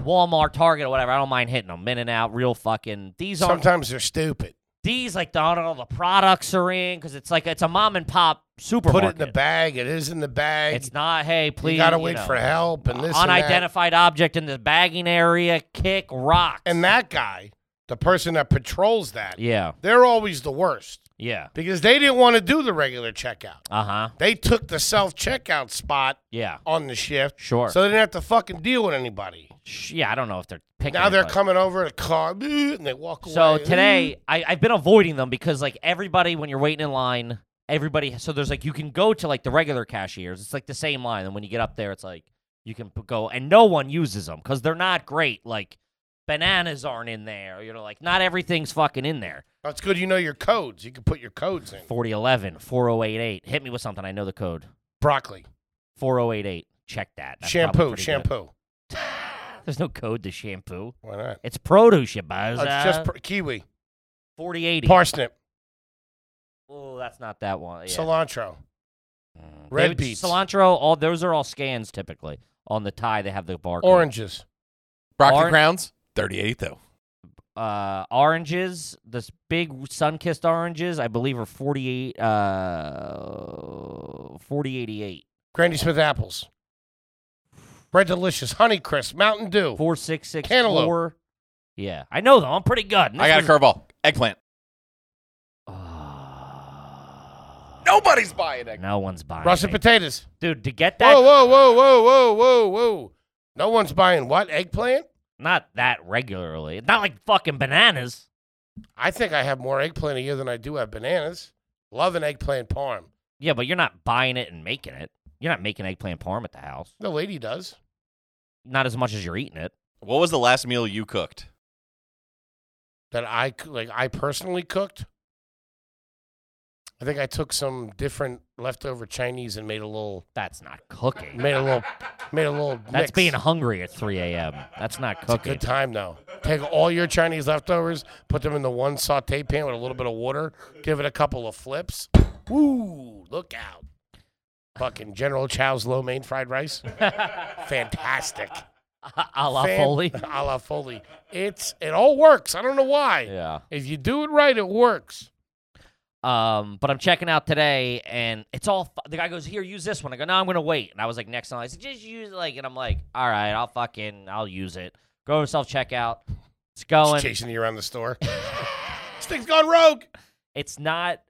Walmart, Target, or whatever, I don't mind hitting them in and out. Real fucking these aren't Sometimes they're stupid. these like the, I don't know the products are in because it's like it's a mom and pop Put supermarket. it in the bag. It is in the bag. It's not. Hey, please. you gotta wait know, for help and this and that. unidentified object in the bagging area. Kick rocks. And that guy, the person that patrols that, Yeah. they're always the worst Yeah. because they didn't want to do the regular checkout. Uh huh. They took the self checkout spot Yeah. on the shift. Sure. So they didn't have to fucking deal with anybody. Sh- yeah, I don't know if they're picking. Now it, they're but- coming over in a car and they walk away. Mm, So today, I, I've been avoiding them because like everybody, when you're waiting in line, everybody. So there's like you can go to like the regular cashiers. It's like the same line, and when you get up there, it's like you can p- go, and no one uses them because they're not great. Like bananas aren't in there. You know, like not everything's fucking in there. That's good. You know your codes. You can put your codes in. 4011, 4088. Hit me with something. I know the code. Broccoli, 4088. Check that. That's probably shampoo, pretty good. shampoo. There's no code to shampoo. Why not? It's produce, you buzz. Oh, it's just pr- kiwi, 4080. parsnip, Oh, that's not that one. Yeah. cilantro. Mm. red They- beets. cilantro. All those are all scans typically. On the tie, they have the barcode. Oranges. Broccoli Orange- crowns, 38 though. uh, oranges. This big sun-kissed oranges, I believe, are forty-eight. Uh, forty eighty-eight. Granny Smith apples. Red Delicious, Honeycrisp, Mountain Dew. Four six six Cantaloupe. four. Yeah, I know them. I'm pretty good. And I got this a curveball. Eggplant. was- Nobody's buying Oh, eggplant. no one's buying. Russet it. potatoes. Dude, to get that, Whoa, whoa, whoa, whoa, whoa, whoa, whoa. No one's buying what? Eggplant? not that regularly. Not like fucking bananas. I think I have more eggplant a year than I do have bananas. Love an eggplant parm. Yeah, but you're not buying it and making it. You're not making eggplant parm at the house. The lady does. Not as much as you're eating it. What was the last meal you cooked? that I c- like I personally cooked. I think I took some different leftover Chinese and made a little That's not cooking. made a little made a little That's mix. being hungry at 3 a.m. That's not it's a cooking. good time though. Take all your Chinese leftovers, put them in the one saute pan with a little bit of water, give it a couple of flips. Woo, look out. Fucking General Chow's lo mein fried rice. Fantastic. a la Fan- Foley. a la Foley. It's it all works. I don't know why. Yeah. If you do it right, it works. Um, but I'm checking out today, and it's all. Fu- the guy goes, "Here, use this one." I go, "No, I'm gonna wait." And I was like, "Next time," I said, "Just use it, like," and I'm like, "All right, I'll fucking, I'll use it." Go to self checkout. It's It's going. chasing you around the store. this thing's gone rogue. it's not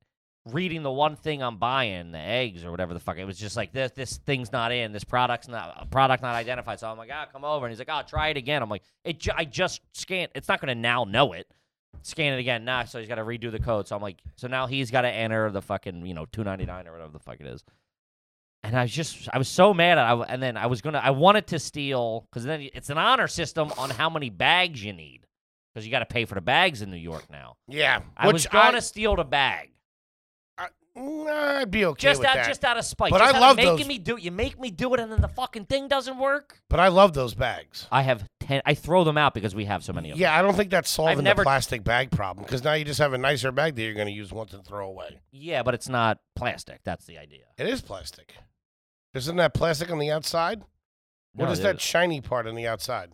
reading the one thing I'm buying, the eggs or whatever the fuck. It was just like this this thing's not in, this product's not product not identified. So I'm like, ah, come over, and he's like, oh, try it again. I'm like, it ju- I just scanned. It's not gonna now know it. Scan it again, nah. So he's got to redo the code. So I'm like, so now he's got to enter the fucking you know 2.99 or whatever the fuck it is. And I was just, I was so mad. At, I, and then I was gonna, I wanted to steal because then it's an honor system on how many bags you need because you got to pay for the bags in New York now. Yeah. I was gonna steal the bag. Nah, I'd be okay just with out, that. just out of spite. But Just I out of love making those- me do. You make me do it, and then the fucking thing doesn't work. but I love those bags. I have ten. I throw them out because we have so many of them. Yeah, I don't think that's solving the never- plastic bag problem because now you just have a nicer bag that you're going to use once and throw away. Yeah, but it's not plastic. That's the idea. It is plastic. Isn't that plastic on the outside? What No, is it that is- shiny part on the outside?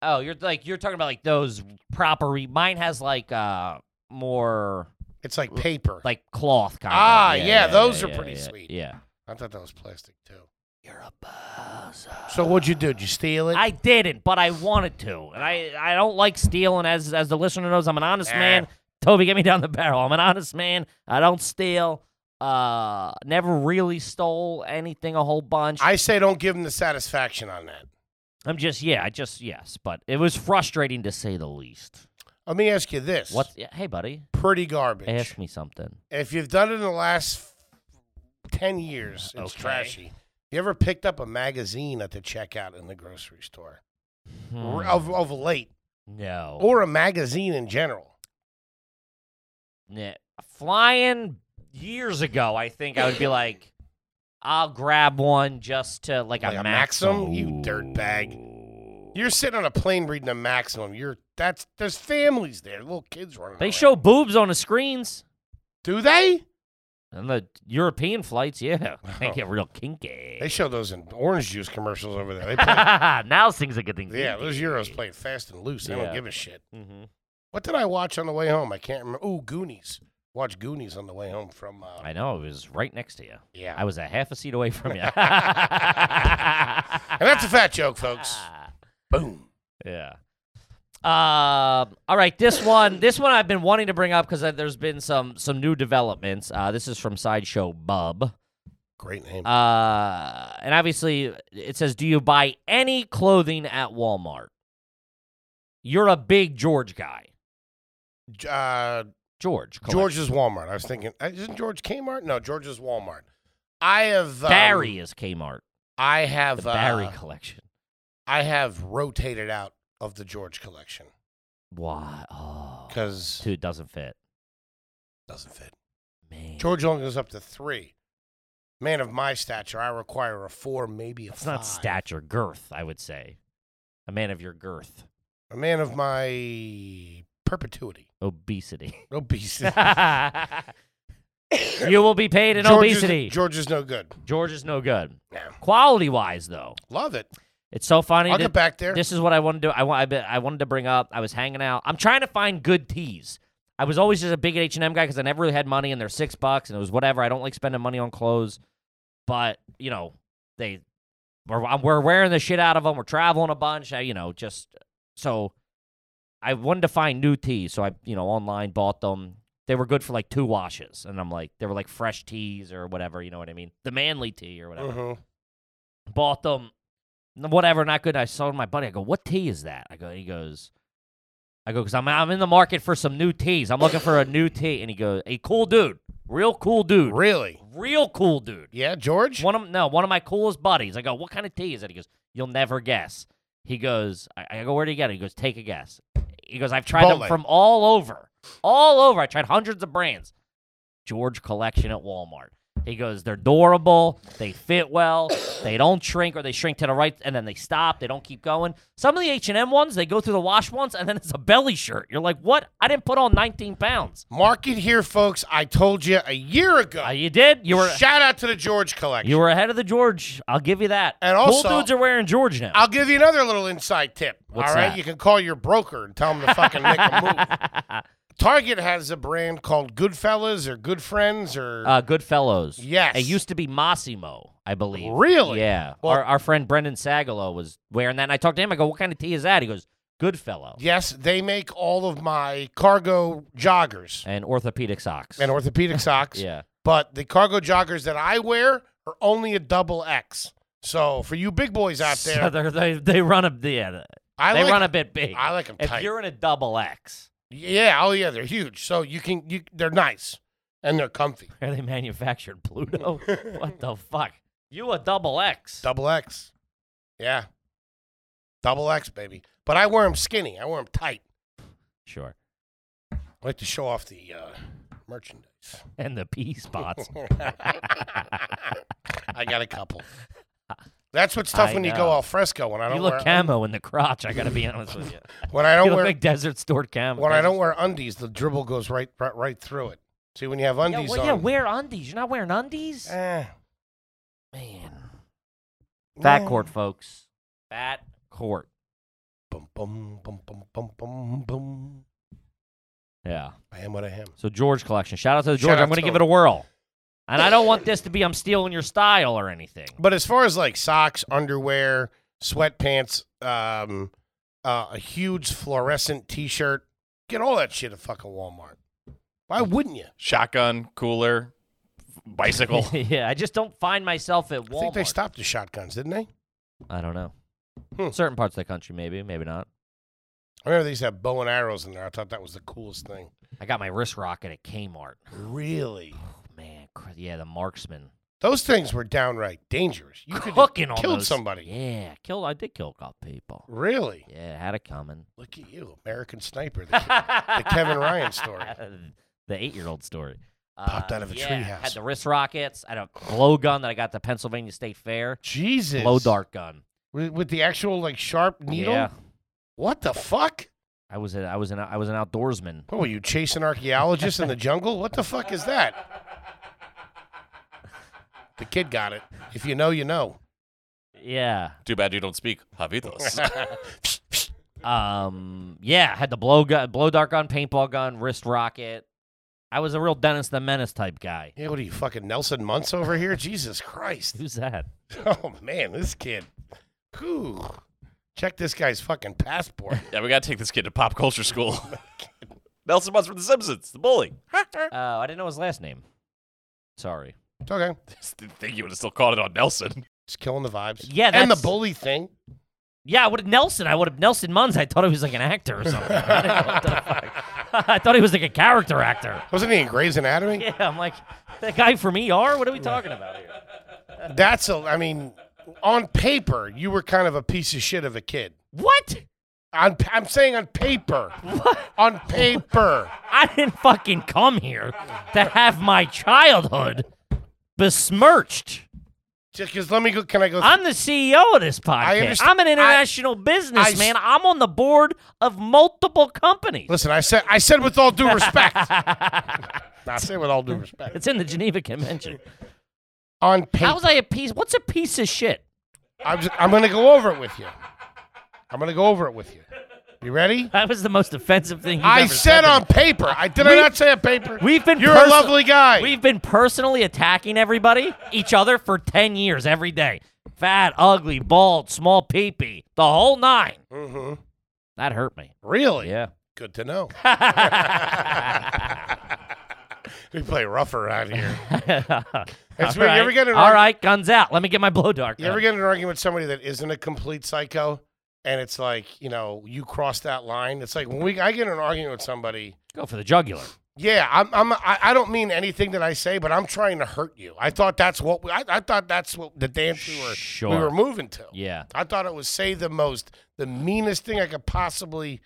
oh, you're like you're talking about like those proper. Re- mine has like uh more It's like paper. like cloth kind. Ah, yeah, those are pretty sweet. Yeah. I thought that was plastic too. You're a buzzer. So what'd you do? Did you steal it? I didn't, but I wanted to, and I I don't like stealing. As as the listener knows, I'm an honest Nah. man. Toby, get me down the barrel. I'm an honest man. I don't steal. Uh, never really stole anything a whole bunch. I say don't give them the satisfaction on that. I'm just yeah, I just yes, but it was frustrating to say the least. Let me ask you this. What? yeah, Hey, buddy, pretty garbage? ask me something. If you've done it in the last ten years, it's Okay. trashy. You ever picked up a magazine at the checkout in the grocery store Hmm, R- of of late, no. or a magazine in general? Nah, flying years ago, I think I would be like, I'll grab one just to like, Like a, a Maxim? You Ooh. dirtbag. You're sitting on a plane reading a maximum. You're that's there's families there, little kids running. They around. show boobs on the screens. Do they? And the European flights, yeah, they Oh. get real kinky. They show those in orange juice commercials over there. They play, now things are getting yeah, those Euros playing fast and loose. I Yeah. don't give a shit. hmm What did I watch on the way home? I can't remember. Ooh, Goonies. Watch Goonies on the way home from. Uh, I know it was right next to you. yeah, I was a half a seat away from you. and and that's that's a fat joke, folks. Boom. Yeah. Um. All right. This one. This one I've been wanting to bring up because there's been some some new developments. Uh, this is from sideshow Bub. Great name. Uh, and obviously it says, "Do you buy any clothing at Walmart?" You're a big George guy. J- Uh, George. Collect- George's Walmart. I was thinking, uh, isn't George Kmart? No, George's Walmart. I have um, Barry is Kmart. I The have uh, Barry collection. I have rotated out of the George collection Why? Oh, because dude, it doesn't fit. doesn't fit. Man, George only goes up to three. Man of my stature, I require a four, maybe a it's five. not stature, girth. I would say, a man of your girth, A man of my perpetuity, obesity. obesity. you will be paid in George is- obesity. George is no good. George is no good. Yeah. Quality wise, though, Love it. it's so funny. I'll that- get back there. This is what I wanted to. I want. I, be- I wanted to bring up. I was hanging out. I'm trying to find good tees. I was always just a big H and M guy because I never really had money, and they're six bucks, and it was whatever. I don't like spending money on clothes, but you know, they we're I'm- we're wearing the shit out of them. We're traveling a bunch. I, you know, just so I wanted to find new tees, so I you know online bought them. They were good for like two washes, and I'm like, they were like fresh tees or whatever. You know what I mean? The manly tee or whatever hmm bought them, n- whatever, not good. I saw my buddy. I go, what tea is that? I go, he goes, I go, because I'm, I'm in the market for some new teas. I'm looking for a new tea. And he goes, a cool dude, real cool dude, Really? real cool dude. Yeah, George? One of no, one of my coolest buddies. I go, what kind of tea is that? He goes, you'll never guess. He goes, I, I go, where do you get it? He goes, take a guess. He goes, I've tried Chipotle. them from all over, all over. I tried hundreds of brands. George collection at Walmart. He goes, they're durable, they fit well, they don't shrink or they shrink to the right and then they stop, they don't keep going. Some of the H&M ones, they go through the wash once and then it's a belly shirt. You're like, what? I didn't put on 19 pounds. Mark it here, folks. I told you a year ago. Uh, you did. You were Shout out to the George collection. you were ahead of the George. I'll give you that. And also- cool dudes are wearing George now. I'll give you another little inside tip. What's all right, that? you can call your broker and tell him to fucking make a move. Target has a brand called Goodfellas or Good Friends or Uh, Goodfellows. Yes. It used to be Massimo, I believe. Really? Yeah. Well- our, our friend Brendan Sagalo was wearing that. And I talked to him. I go, what kind of tee is that? He goes, Goodfellow. yes, they make all of my cargo joggers And orthopedic socks. and orthopedic socks. yeah. But the cargo joggers that I wear are only a double X. So for you big boys out So there, they're- they, they run a, yeah, I they like run a bit big. I like them if tight. you're in a double X, Yeah, oh yeah, they're huge. So you can you they're nice and they're comfy. where they manufactured Pluto, what the fuck? You a double X? Double X. Yeah. Double X, baby. But I wear them skinny. I wear them tight. sure. I like to show off the uh, merchandise. And the P spots. I got a couple. That's what's tough I when you know. go al fresco when I don't you look wear camo in the crotch. I gotta be honest with you. when I You don't look wear like desert store camo. when I desert don't wear undies, the dribble goes right right, right through it. See when you have Yeah, undies well, yeah, on. wear undies. You're not wearing undies? eh, Man. eh. Fat court, folks. Fat court. Bum, bum, bum, bum, bum, bum, bum. Yeah. I am what I am. So George collection. Shout out to the Shout George. out I'm gonna to give him. it a whirl. And I don't want this to be I'm stealing your style or anything. But as far as like socks, underwear, sweatpants, um, uh, a huge fluorescent T-shirt, get all that shit at fucking Walmart. Why wouldn't you? Shotgun, cooler, bicycle. yeah, I just don't find myself at Walmart. I think they stopped the shotguns, didn't they? I don't know. Hmm. Certain parts of the country, maybe, maybe not. I remember they used to have bow and arrows in there. I thought that was the coolest thing. I got my wrist rocket at Kmart. Really, Oh, man, cr- yeah, the marksman those things were downright dangerous. You could have cooking on killed those- somebody. Yeah, killed. I did kill a couple people. Really, Yeah, had it coming. look at you, American Sniper. the Kevin Ryan story. the eight-year-old story. Popped Uh, out of a yeah, treehouse. Had the wrist rockets. I had a blow gun that I got at the Pennsylvania State Fair. Jesus, Blow dart gun. with, with the actual like sharp needle. Yeah, What the fuck? I was a, I was an I was an outdoorsman. What were you chasing archaeologists in the jungle? What the fuck is that? The kid got it. If you know, you know. Yeah. Too bad you don't speak Javitos. Um. Yeah. Had the blow gun, blow dart gun, paintball gun, wrist rocket. I was a real Dennis the Menace type guy. Yeah, what are you fucking Nelson Muntz over here? Jesus Christ! Who's that? Oh man, this kid. Whew. Check this guy's fucking passport. yeah, we gotta take this kid to pop culture school. Nelson Butts from The Simpsons, the bully. Eh. Oh, I didn't know his last name. Sorry. It's okay. Didn't think you would have still called it on Nelson. It's killing the vibes. Yeah, and the that's- bully thing. Yeah, I would have Nelson. I would have Nelson Munz. I thought he was like an actor or something. I, didn't know what the fuck. I thought he was like a character actor. Wasn't he in Grey's Anatomy? Yeah, I'm like that guy from ER. What are we talking about here? That's a. I mean, on paper, you were kind of a piece of shit of a kid. What? On, pa- I'm saying on paper. On paper. I didn't fucking come here to have my childhood besmirched. Just because let me go. Can I go? I'm the CEO of this podcast. understand- I'm an I- international businessman. I'm on the board of multiple companies. Listen, I said I said with all due respect. I say with all due respect. It's in the Geneva Convention. On paper, How was I a piece? What's a piece of shit? I'm, just- I'm going to go over it with you. I'm going to go over it with you. You ready? That was the most offensive thing you've I ever said to me. on paper. I did I We've- not say on paper? We've been You're a perso- lovely guy. We've been personally attacking everybody, each other for ten years every day. Fat, ugly, bald, small peepee, the whole 9 Mhm. That hurt me. Really? Yeah. Good to know. we play rough around here. That's All when you ever get an All arg- right, guns out. Let me get my blow dart. You ever gun. get in an argument with somebody that isn't a complete psycho, and it's like you know you crossed that line? It's like when we I get in an argument with somebody. Go for the jugular. Yeah, I'm. I'm. I, I don't mean anything that I say, but I'm trying to hurt you. I thought that's what we, I, I thought that's what the dance we were we Sure. were moving to. Yeah. I thought it was say the most the meanest thing I could possibly.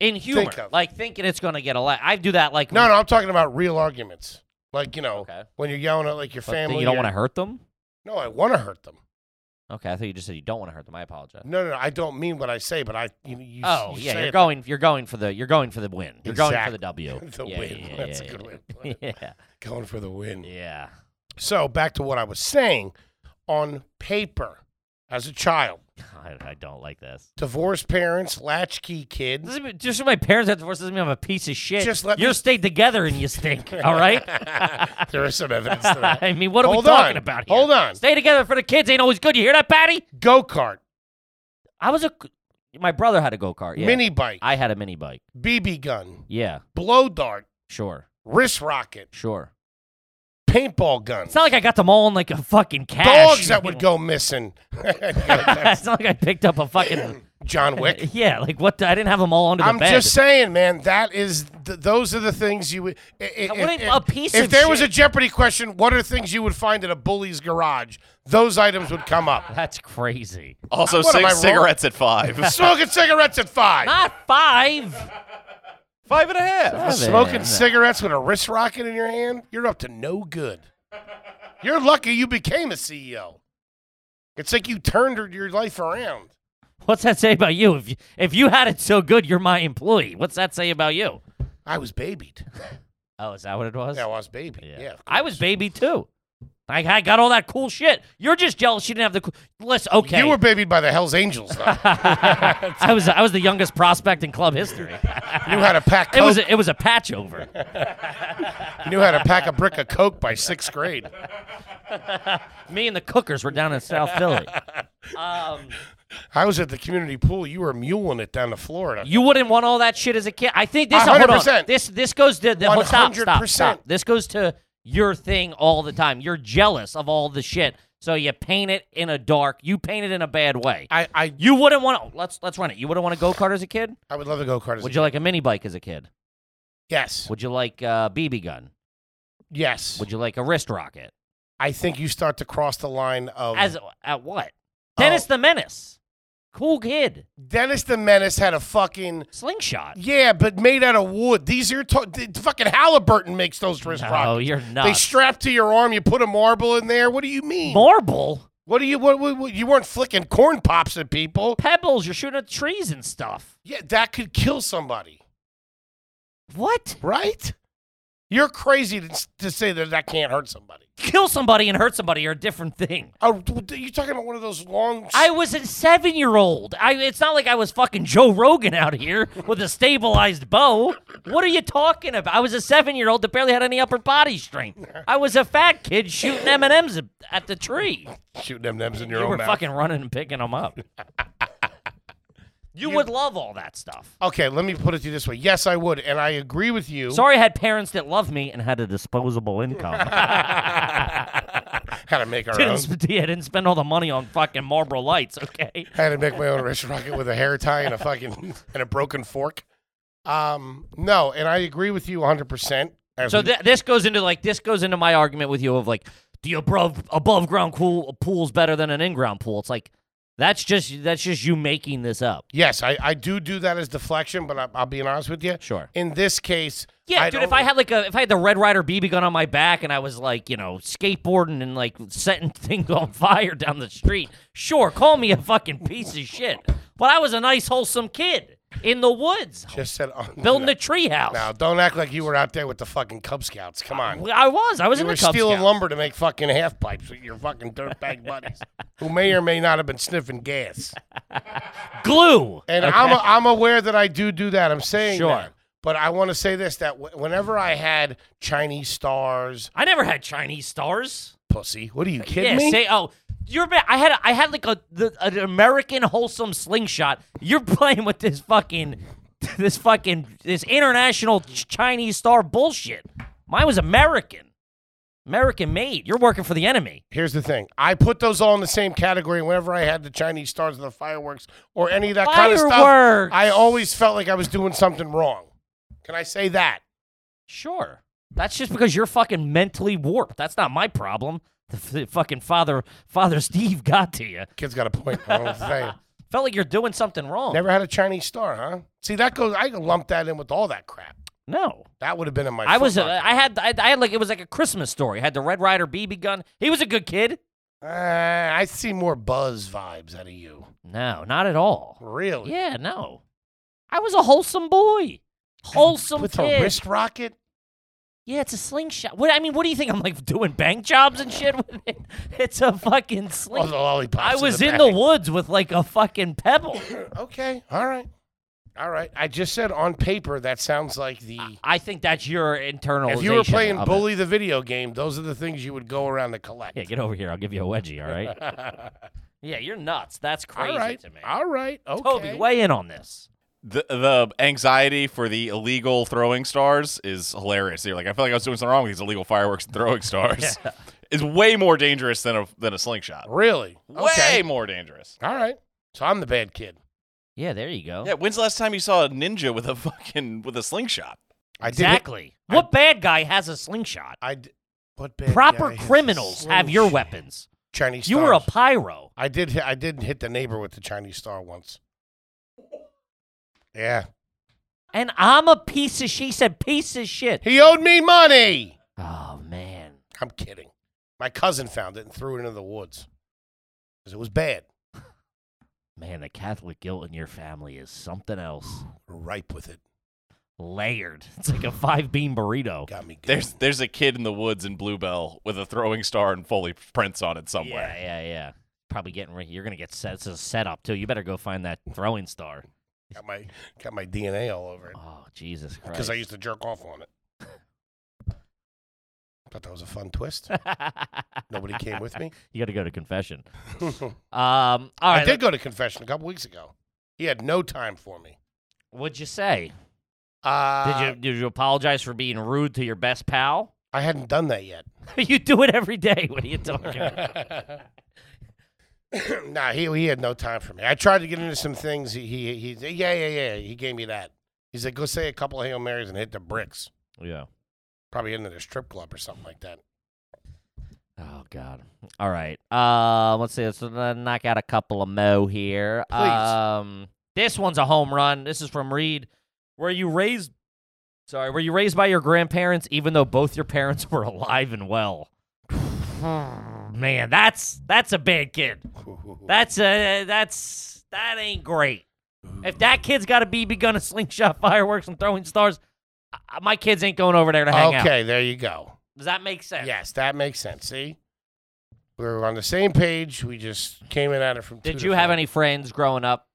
In humor, Think of- like thinking it's gonna get a laugh. I do that. Like No, no, I'm talking about real arguments. Like you know, Okay. when you're yelling at like your But then family. you don't or- want to hurt them? No, I want to hurt them. Okay, I thought you just said you don't want to hurt them. I apologize. No, no, no, I don't mean what I say, but I. You, you, oh, you yeah, say you're it- going you're going for the you're going for the win. You're going for the Exact- W. the yeah, win. Yeah, That's a yeah, good way of putting yeah. Going for the win. Yeah. Yeah. So back to what I was saying. On paper, as a child, I, I don't like this. divorced parents, latchkey kids. This is, just because my parents got divorced doesn't mean I'm a piece of shit. Just let you me- stayed together and you stink. all right. there is some evidence to that. I mean, what are Hold we on. talking about here? Hold on. Stay together for the kids ain't always good. You hear that, Patty? Go kart, I was a. My brother had a go kart. Yeah. mini bike, I had a mini bike. BB gun, Yeah. blow dart, Sure. wrist rocket, Sure. paintball gun, It's not like I got them all in like a fucking cash. dogs that would go missing. it's not like I picked up a fucking. John Wick. Yeah, like what? The, I didn't have them all under the I'm bed. just saying, man. That is th- those are the things you would. i- i- If, wouldn't- if- a piece if of there was a shit. Jeopardy question, what are things you would find in a bully's garage? Those items would come up. That's crazy. Also, What am I six wrong? cigarettes at five. Smoking cigarettes at five. Not five. five and a half. Smoking cigarettes with a wrist rocket in your hand. You're up to no good. You're lucky you became a CEO. It's like you turned your life around. What's that say about you? If you, if you had it so good, you're my employee. What's that say about you? I was babied. Oh, is that what it was? Yeah, I was babied. Yeah. of I was baby too. I, I got all that cool shit. You're just jealous you didn't have the. Cool... Listen, okay. You were babied by the Hell's Angels, though. you I was I was the youngest prospect in club history. knew how to pack It coke. was a, it was a patch over. you knew how to pack a brick of coke by sixth grade. Me and the cookers were down in South Philly. Um, I was at the community pool. You were muling it down to Florida. You wouldn't want all that shit as a kid. I think this. A hold hundred on. percent. This this goes to the hold- stop, stop, 100%. stop. This goes to your thing all the time. You're jealous of all the shit, so you paint it in a dark. You paint it in a bad way. I, I, you wouldn't want to. Let's let's run it. You wouldn't want to go kart as a kid. I would love to go kart. Would you like a mini bike as a kid? Yes, Would you like a BB gun? yes. Would you like a wrist rocket? I think you start to cross the line of As at what? Oh. Dennis the Menace, cool kid, Dennis the Menace had a fucking slingshot. yeah, but made out of wood. These are to- th- fucking Halliburton makes those wrist No, rockets. you're They not. strap to your arm. You put a marble in there. What do you mean? Marble, what do you? What, what, what- You weren't flicking corn pops at people. pebbles. You're shooting at trees and stuff. Yeah, that could kill somebody, What? right? You're crazy to, s- to say that that can't hurt somebody. kill somebody and hurt somebody are a different thing. Oh, you talking about one of those long? I was a seven year old. I it's not like I was fucking Joe Rogan out here with a stabilized bow. What are you talking about? I was a seven year old that barely had any upper body strength. I was a fat kid shooting M and M's at the tree. shooting M Ms in your You own were mouth. fucking running and picking them up. You would love all that stuff. okay, let me put it to you this way. Yes, I would, and I agree with you. Sorry, I had parents that loved me and had a disposable income. How to make our didn't, own? sp- yeah, didn't spend all the money on fucking Marlboro lights. Okay. How to make my own wrist rocket with a hair tie and a fucking and a broken fork? Um, no, and I agree with you 100. percent So th- this goes into like this goes into my argument with you of like the above above ground cool pool's better than an in ground pool. It's like that's just that's just you making this up. yes, I, I do do that as deflection, but I, I'll be honest with you. Sure. In this case, Yeah, I dude. don't- If I had like a if I had the Red Rider BB gun on my back and I was like you know skateboarding and like setting things on fire down the street, sure, call me a fucking piece of shit. But I was a nice wholesome kid in the woods just said oh, building no. a treehouse. Now, don't act like you were out there with the fucking Cub Scouts. Come on. I was. I was you in were the Cub stealing Scouts. lumber to make fucking half pipes with your fucking dirtbag buddies, who may or may not have been sniffing gas. glue. And I'm I'm aware that I do do that. I'm saying Sure. that. But I want to say this: that w- whenever I had Chinese stars, I never had Chinese stars. pussy. What are you kidding Yeah, me? say oh, you're. ba- I had a- I had like a the, an American wholesome slingshot. You're playing with this fucking this fucking this international ch- Chinese star bullshit. Mine was American, American made. You're working for the enemy. Here's the thing: I put those all in the same category. Whenever I had the Chinese stars and the fireworks or any of that kind of stuff, Fireworks. I always felt like I was doing something wrong. Can I say that? Sure, that's just because you're fucking mentally warped. That's not my problem. The, f- fucking father father Steve got to you. Kid's got a point. I don't know what to say. Felt like you're doing something wrong. Never had a Chinese star, huh? See, that goes. I can lump that in with all that crap. No, That would have been in my. I was. Foot Uh, I had. I, I had like it was like a Christmas story. I had the Red Rider BB gun. He was a good kid. Locker. Uh, I see more Buzz vibes out of you. No, not at all. Really? Yeah, no. I was a wholesome boy. Wholesome With kid. a wrist rocket. Yeah, it's a slingshot. What I mean, what do you think? I'm like doing bank jobs and shit with it. It's a fucking Oh, the slingshot. lollipops. I was the in bag. the woods with like a fucking pebble. Okay. All right. All right. I just said on paper that sounds like the. I think that's your internal. If you were playing Bully the video game, those are the things you would go around to collect. Yeah, get over here. I'll give you a wedgie. All right. yeah, you're nuts. That's crazy all right. to me. All right. Okay. Toby, weigh in on this. The, the anxiety for the illegal throwing stars is hilarious. You're like, I feel like I was doing something wrong with these illegal fireworks and throwing stars. It's way more dangerous than a than a slingshot. Really? Way Okay. more dangerous. All right. So I'm the bad kid. Yeah, there you go. Yeah, when's the last time you saw a ninja with a fucking with a slingshot? I exactly. I- what bad guy has a slingshot? Did, I d- what bad Proper guy has a criminals have your slingshot? weapons. Chinese. You were a stars. pyro. I did. hit- I did hit the neighbor with the Chinese star once. Yeah. And I'm a piece of she said piece of shit. He owed me money. Oh man. I'm kidding. My cousin found it and threw it into the woods because it was bad. Man, the Catholic guilt in your family is something else. Ripe with it. Layered. It's like a five bean burrito. Got me. Good. There's there's a kid in the woods in Bluebell with a throwing star and Foley prints on it Yeah, somewhere. yeah, yeah. Probably getting ready. You're gonna get set. It's a setup too. You better go find that throwing star. got my got my DNA all over it Oh Jesus Christ! because I used to jerk off on it. Thought that was a fun twist. Nobody came with me. you got to go to confession. I Um. All right. did go to confession a couple weeks ago. He had no time for me. What'd you say? Uh, did you did you apologize for being rude to your best pal? I hadn't done that yet. you do it every day. What are you talking about? nah, he he had no time for me. I tried to get into some things. He he, he yeah yeah yeah. He gave me that. He said, "Go say a couple of hail marys and hit the bricks." yeah. Probably into the strip club or something like that. Oh God! All right. Um, let's see. Let's uh, knock out a couple of mo here. Please. Um, this one's a home run. This is from Reed. Were you raised? Sorry, were you raised by your grandparents, even though both your parents were alive and well? Man, that's that's a bad kid. That's a that's that ain't great. If that kid's got a BB gun, a slingshot, fireworks, and throwing stars, I- my kids ain't going over there to hang out. okay. There you go. Does that make sense? Yes, that makes sense. See, we were on the same page. We just came in at it from. two Did you different- have any friends growing up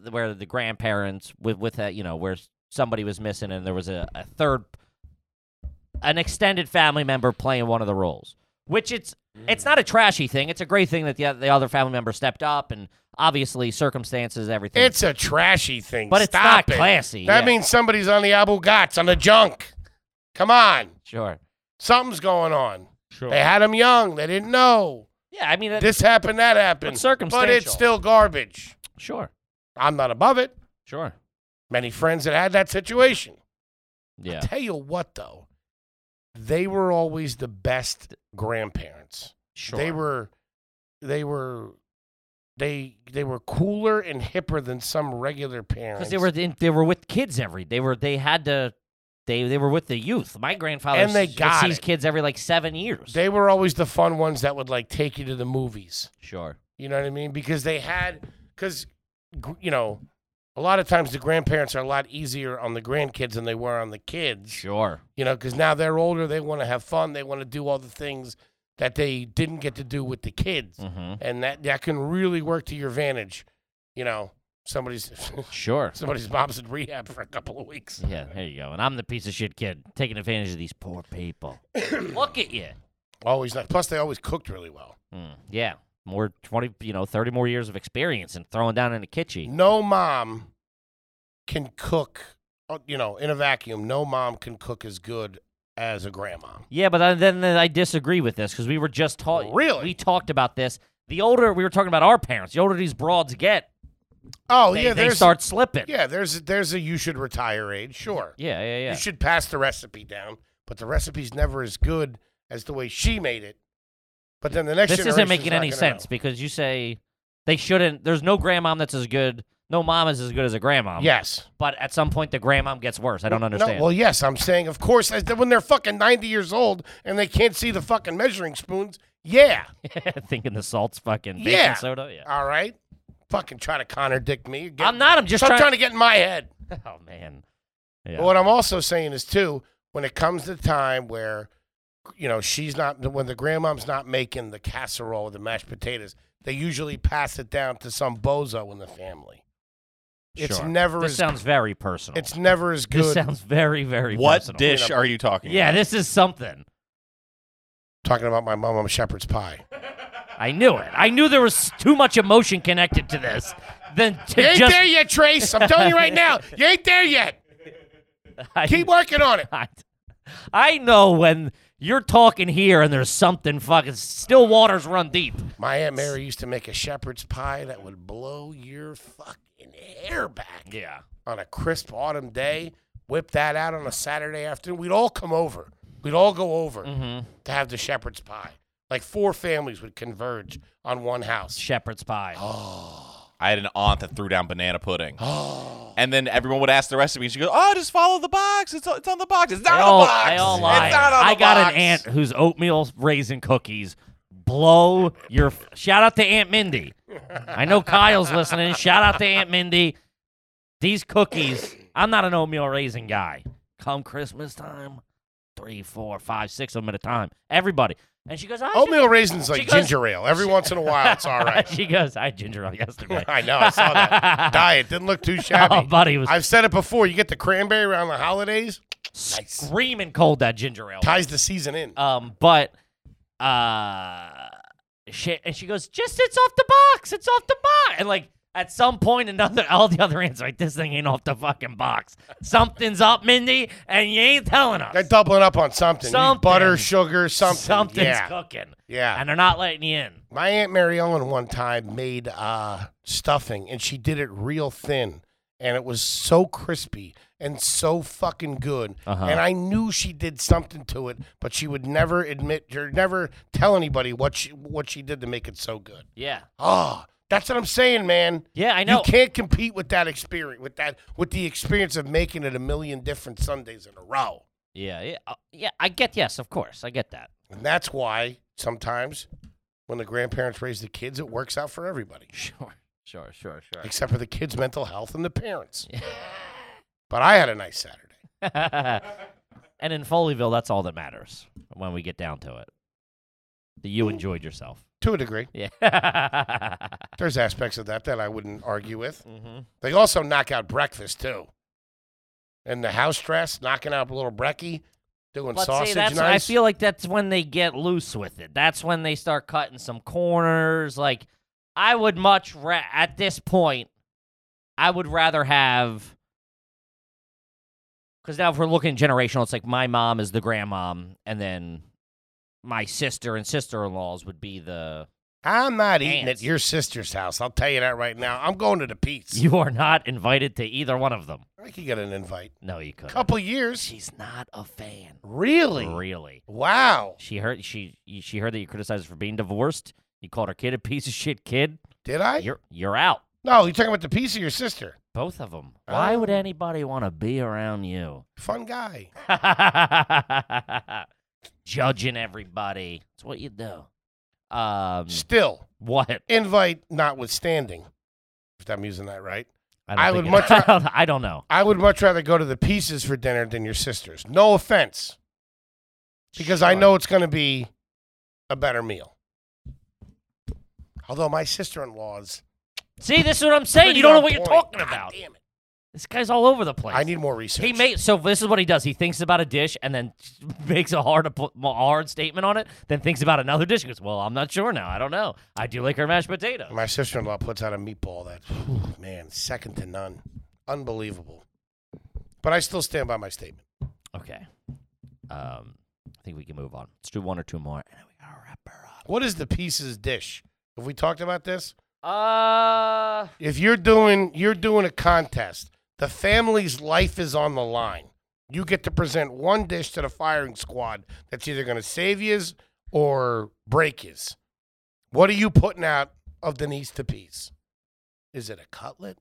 th- where the grandparents with with a, you know where s- somebody was missing and there was a, a third an extended family member playing one of the roles? Which it's it's Mm. not a trashy thing. It's a great thing that the o- the other family member stepped up and obviously circumstances everything. It's a trashy thing, But it's Stop not it. classy, That yeah. means somebody's on the Abu Ghats on the junk. Come on, sure. something's going on. Sure. They had them young. They didn't know Yeah, I mean uh, that, this happened, that happened. But But circumstantial. it's still garbage. sure. I'm not above it. Sure. Many friends that had that situation. Yeah. Tell you what, though, they were always the best grandparents. Sure. They were they were they they were cooler and hipper than some regular parents. because they were in, they were with kids every they were they had to they they were with the youth. My grandfather And they s- got sees it. kids every like seven years. they were always the fun ones that would like take you to the movies. sure. You know what I mean? Because they had cuz you know, a lot of times the grandparents are a lot easier on the grandkids than they were on the kids. Sure. You know, cuz now they're older, they want to have fun, they want to do all the things that they didn't get to do with the kids. Mm-hmm. And that that can really work to your advantage. You know, somebody's Sure. Somebody's mom's in rehab for a couple of weeks. Yeah, there you go. And I'm the piece of shit kid taking advantage of these poor people. Look at you. Always nice. Plus, they always cooked really well. Mm, yeah. More 20, you know, 30 more years of experience and throwing down in a kitchen. No mom can cook, uh, you know, in a vacuum. No mom can cook as good as a grandma. Yeah, but I, then then I disagree with this because we were just talking. Really? We talked about this. The older we were talking about our parents, the older these broads get, Oh they, yeah, they there's start slipping. yeah, there's there's a you should retire age. Sure, yeah, yeah. yeah. you should pass the recipe down, but the recipe's never as good as the way she made it. But then the next this isn't generation's making not any gonna sense know. because you say they shouldn't. There's no grandmom that's as good. no mom is as good as a grandmom. Yes. But at some point, the grandmom gets worse. I don't understand. No, well, yes, I'm saying, of course, as- when they're fucking 90 years old and they can't see the fucking measuring spoons, yeah. Thinking the salt's fucking baking Yeah. soda. Yeah. All right. Fucking try to contradict me. Get- I'm not. I'm just Stop trying. trying, to get in my head. oh man. Yeah. But what I'm also saying is, too, when it comes to time where, you know, she's not, when the grandmom's not making the casserole or the mashed potatoes, they usually pass it down to some bozo in the family. It's Sure. never This as sounds very personal. it's never as this good. sounds very very What personal. dish are you talking? Yeah, about? this is something. Talking about my mom, I'm shepherd's pie. I knew it. I knew there was too much emotion connected to this. Than You to ain't just there yet, Trace. I'm telling you right now, you ain't there yet. I- Keep working on it. I, I know when you're talking here and there's something fucking still waters run deep. My aunt Mary used to make a shepherd's pie that would blow your fucking hair back. Yeah. on a crisp autumn day, whip that out on a Saturday afternoon. We'd all come over. We'd all go over Mm-hmm. to have the shepherd's pie. Like four families would converge on one house. Shepherd's pie. I had an aunt that threw down banana pudding, Oh, and then everyone would ask the recipe. and She goes, "Oh, just follow the box. It's, it's on the box. It's not they on all, the box. they all lie. It's not on I the got box." an aunt whose oatmeal raisin cookies blow your. f- Shout out to Aunt Mindy. I know Kyle's listening. Shout out to Aunt Mindy. These cookies. I'm not an oatmeal raisin guy. Come Christmas time, three, four, five, six of them at a time. Everybody. And she goes, I should- oatmeal raisins like she goes- ginger ale. Every once in a while, it's all right. she goes, I had ginger ale yesterday. I know. I saw that diet didn't look too oh, shabby. buddy, it was I've said it before. You get the cranberry around the holidays, screaming cold that ginger ale. ties the season in. Um, but uh, she, and she goes, just it's off the box, it's off the box, and like at some point another all the other ants are like this thing ain't off the fucking box. Something's up, Mindy, and you ain't telling us. They're doubling up on something. You Something. Butter, sugar, something. Something's yeah. cooking, yeah. and they're not letting you in. My aunt Mary Ellen one time made uh, stuffing, and she did it real thin, and it was so crispy and so fucking good. Uh-huh. And I knew she did something to it, but she would never admit or never tell anybody what she what she did to make it so good. Yeah, Oh, that's what I'm saying, man. yeah, I know. You can't compete with that experience, with that, with the experience of making it a million different Sundays in a row. yeah, yeah, uh, yeah. I get yes, of course, I get that. And that's why sometimes when the grandparents raise the kids, it works out for everybody. Sure, sure, sure, sure. except for the kids' mental health and the parents. but I had a nice Saturday. and in Foleyville, that's all that matters when we get down to it. That you enjoyed yourself. To a degree, Yeah. there's aspects of that that I wouldn't argue with. mm-hmm. They also knock out breakfast too, and the house dress knocking out a little brekkie, doing But sausage see, that's, I nice. feel like that's when they get loose with it. That's when they start cutting some corners. Like, I would much ra- at this point, I would rather have. Because now, if we're looking generational, it's like my mom is the grandmom, and then my sister and sister-in-laws would be the. I'm not eating Ants. at your sister's house. I'll tell you that right now. I'm going to the Pete's. You are not invited to either one of them. I could get an invite. No, you couldn't. Couple years, She's not a fan. really? Really. Wow. She heard she she heard that you criticized her for being divorced. You called her kid a piece of shit kid. Did I? You're you're out. no, you're talking about the piece of your sister. Both of them. Why would Oh. anybody want to be around you? Fun guy. Judging everybody. It's what you do. Um, Still, what? invite notwithstanding, if I'm using that right. I, I think would it- much I ra- don't, I don't know. I would much rather go to the pieces for dinner than your sister's. No offense, because I Sure. know it's going to be a better meal. Although my sister-in-law's See, this is what I'm saying. pretty You don't know on what you're point. talking God about. damn it. This guy's all over the place. I need more research. He made so this is what he does. He thinks about a dish and then makes a hard op- hard statement on it. Then thinks about another dish. and goes, well, I'm not sure now. I don't know. I do like her mashed potato. my sister-in-law puts out a meatball that, whew, man, second to none, unbelievable. But I still stand by my statement. Okay. Um, I think we can move on. Let's do one or two more, and then we gotta wrap her up. What is the pieces dish? Have we talked about this? Uh, if you're doing you're doing a contest, the family's life is on the line. You get to present one dish to the firing squad that's either going to save yous or break yous. What are you putting out of Denise to peas? Is it a cutlet?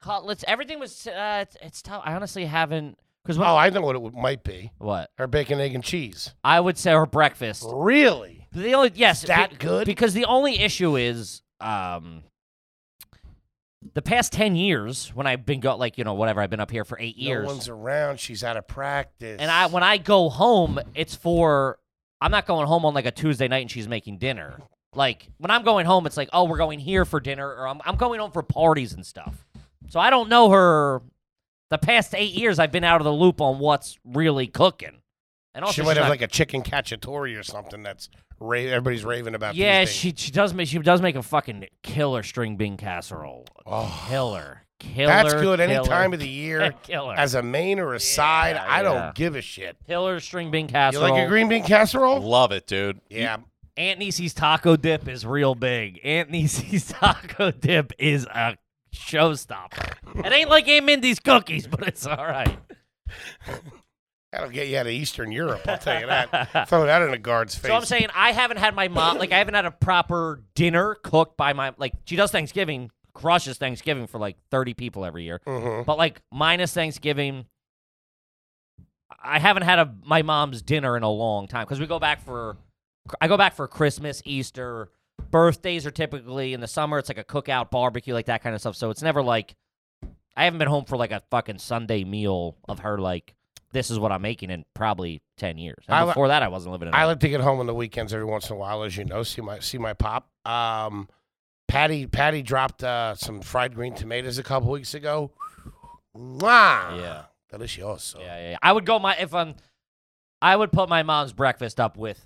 cutlets. Everything was. Uh, it's, it's tough. I honestly haven't because when Oh, I know what it would, might be. what Her bacon, egg, and cheese. I would say her breakfast. Really? The only yes, Is that be- good? because the only issue is um the past 10 years when I've been go like you know whatever I've been up here for 8 years No one's around. She's out of practice. and I when I go home it's for I'm not going home on like a Tuesday night and she's making dinner. Like when I'm going home it's like oh we're going here for dinner or I'm I'm going home for parties and stuff. So I don't know her the past 8 years I've been out of the loop on what's really cooking. And also she she's might have not- like a chicken cacciatore or something that's ra- everybody's raving about. yeah, these days. she she does make she does make a fucking killer string bean casserole. Oh. Killer, killer. That's good any killer, time of the year. Killer. As a main or a side, I yeah. don't give a shit. killer string bean You casserole. like a green bean casserole? Love it, dude. Yeah. Aunt Niecy's taco dip is real big. Aunt Niecy's taco dip is a showstopper. it ain't like Aunt Mindy's cookies, but it's all right. That'll get you out of Eastern Europe, I'll tell you that. Throw that in a guard's face. So I'm saying I haven't had my mom like I haven't had a proper dinner cooked by my like she does Thanksgiving, crushes Thanksgiving for like 30 people every year. Mhm. But like minus Thanksgiving, I haven't had a my mom's dinner in a long time because we go back for I go back for Christmas, Easter, birthdays are typically in the summer. It's like a cookout, barbecue, like that kind of stuff. So it's never like I haven't been home for like a fucking Sunday meal of her like this is what I'm making in probably ten years. And I li- before that, I wasn't living in. a- I like to get home on the weekends every once in a while, as you know. See my see my pop. Um, Patty Patty dropped uh, some fried green tomatoes a couple weeks ago. Mwah! Yeah. delicioso. yeah, yeah, yeah. I would go my if I'm. I would put my mom's breakfast up with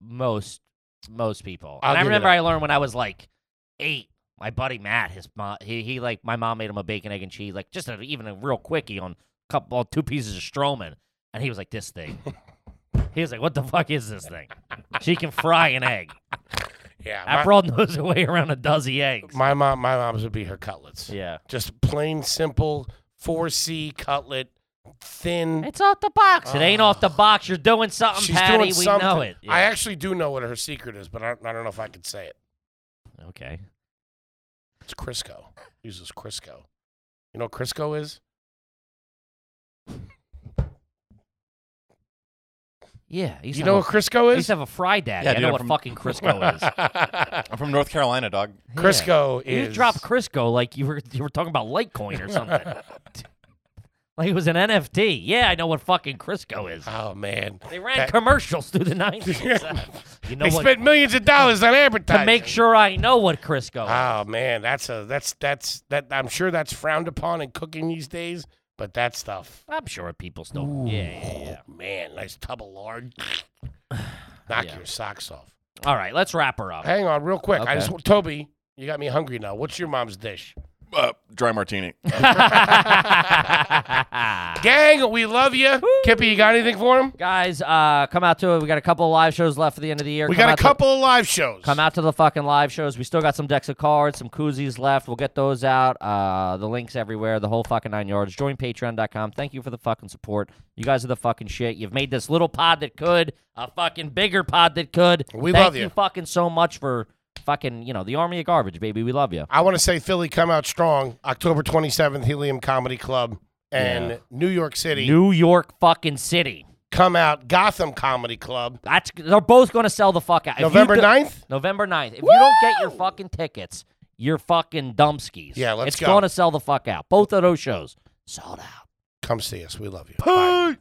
most most people. I'll and I give you remember that. I learned when I was like eight. My buddy Matt, his mom, he, he like my mom made him a bacon, egg, and cheese, like just a, even a real quickie on couple on two pieces of Stroman, and he was like, "This thing." he was like, "What the fuck is this thing?" She can fry an egg. yeah. My, That broad knows her way around a dozen eggs. my mom, my mom's would be her cutlets. yeah, Just plain simple four C cutlet, thin. it's off the box. it ain't off the box. You're doing something, She's Patty. doing we something. know it. Yeah. I actually do know what her secret is, but I, I don't know if I could say it. okay. It's Crisco. Uses Crisco. You know what Crisco is? Yeah, I used You to know have what a- Crisco I used is? to have a fry daddy. Yeah, I dude, know I'm what from- fucking Crisco is. I'm from North Carolina, dog. Crisco Yeah. is. You dropped Crisco like you were you were talking about Litecoin or something. like it was an NFT. Yeah, I know what fucking Crisco is. Oh man. They ran That- commercials through the nineties. you know they what? spent millions of dollars on advertising. To make sure I know what Crisco. is. Oh man, that's a that's that's that I'm sure that's frowned upon in cooking these days, but that stuff. I'm sure people still. Yeah, yeah, yeah. Oh, man, nice tub of lard. Knock Yeah. your socks off. All right, let's wrap her up. Hang on, real quick. I Okay. just Toby, you got me hungry now. What's your mom's dish? Uh, dry martini. Gang, we love you. Kippy, you got anything for him? Guys, uh, come out to it. We got a couple of live shows left for the end of the year. We Come got out a to- couple of live shows. Come out to the fucking live shows. We still got some decks of cards, some koozies left. We'll get those out. Uh, the links everywhere, the whole fucking nine yards. Join patreon.com. Thank you for the fucking support. You guys are the fucking shit. You've made this little pod that could, a fucking bigger pod that could. We Thank love you. fucking so much for fucking, you know, the army of garbage, baby. We love you. I want to say Philly come out strong. October 27th, Helium Comedy Club and Yeah. New York City New York fucking city. come out Gotham Comedy Club. That's they're both going to sell the fuck out. If you November do- 9th? November 9th. If you don't get your fucking tickets, you're fucking dumbskis. Yeah, let's it's go. going to sell the fuck out. Both of those shows sold out. Come see us. We love you. Bye.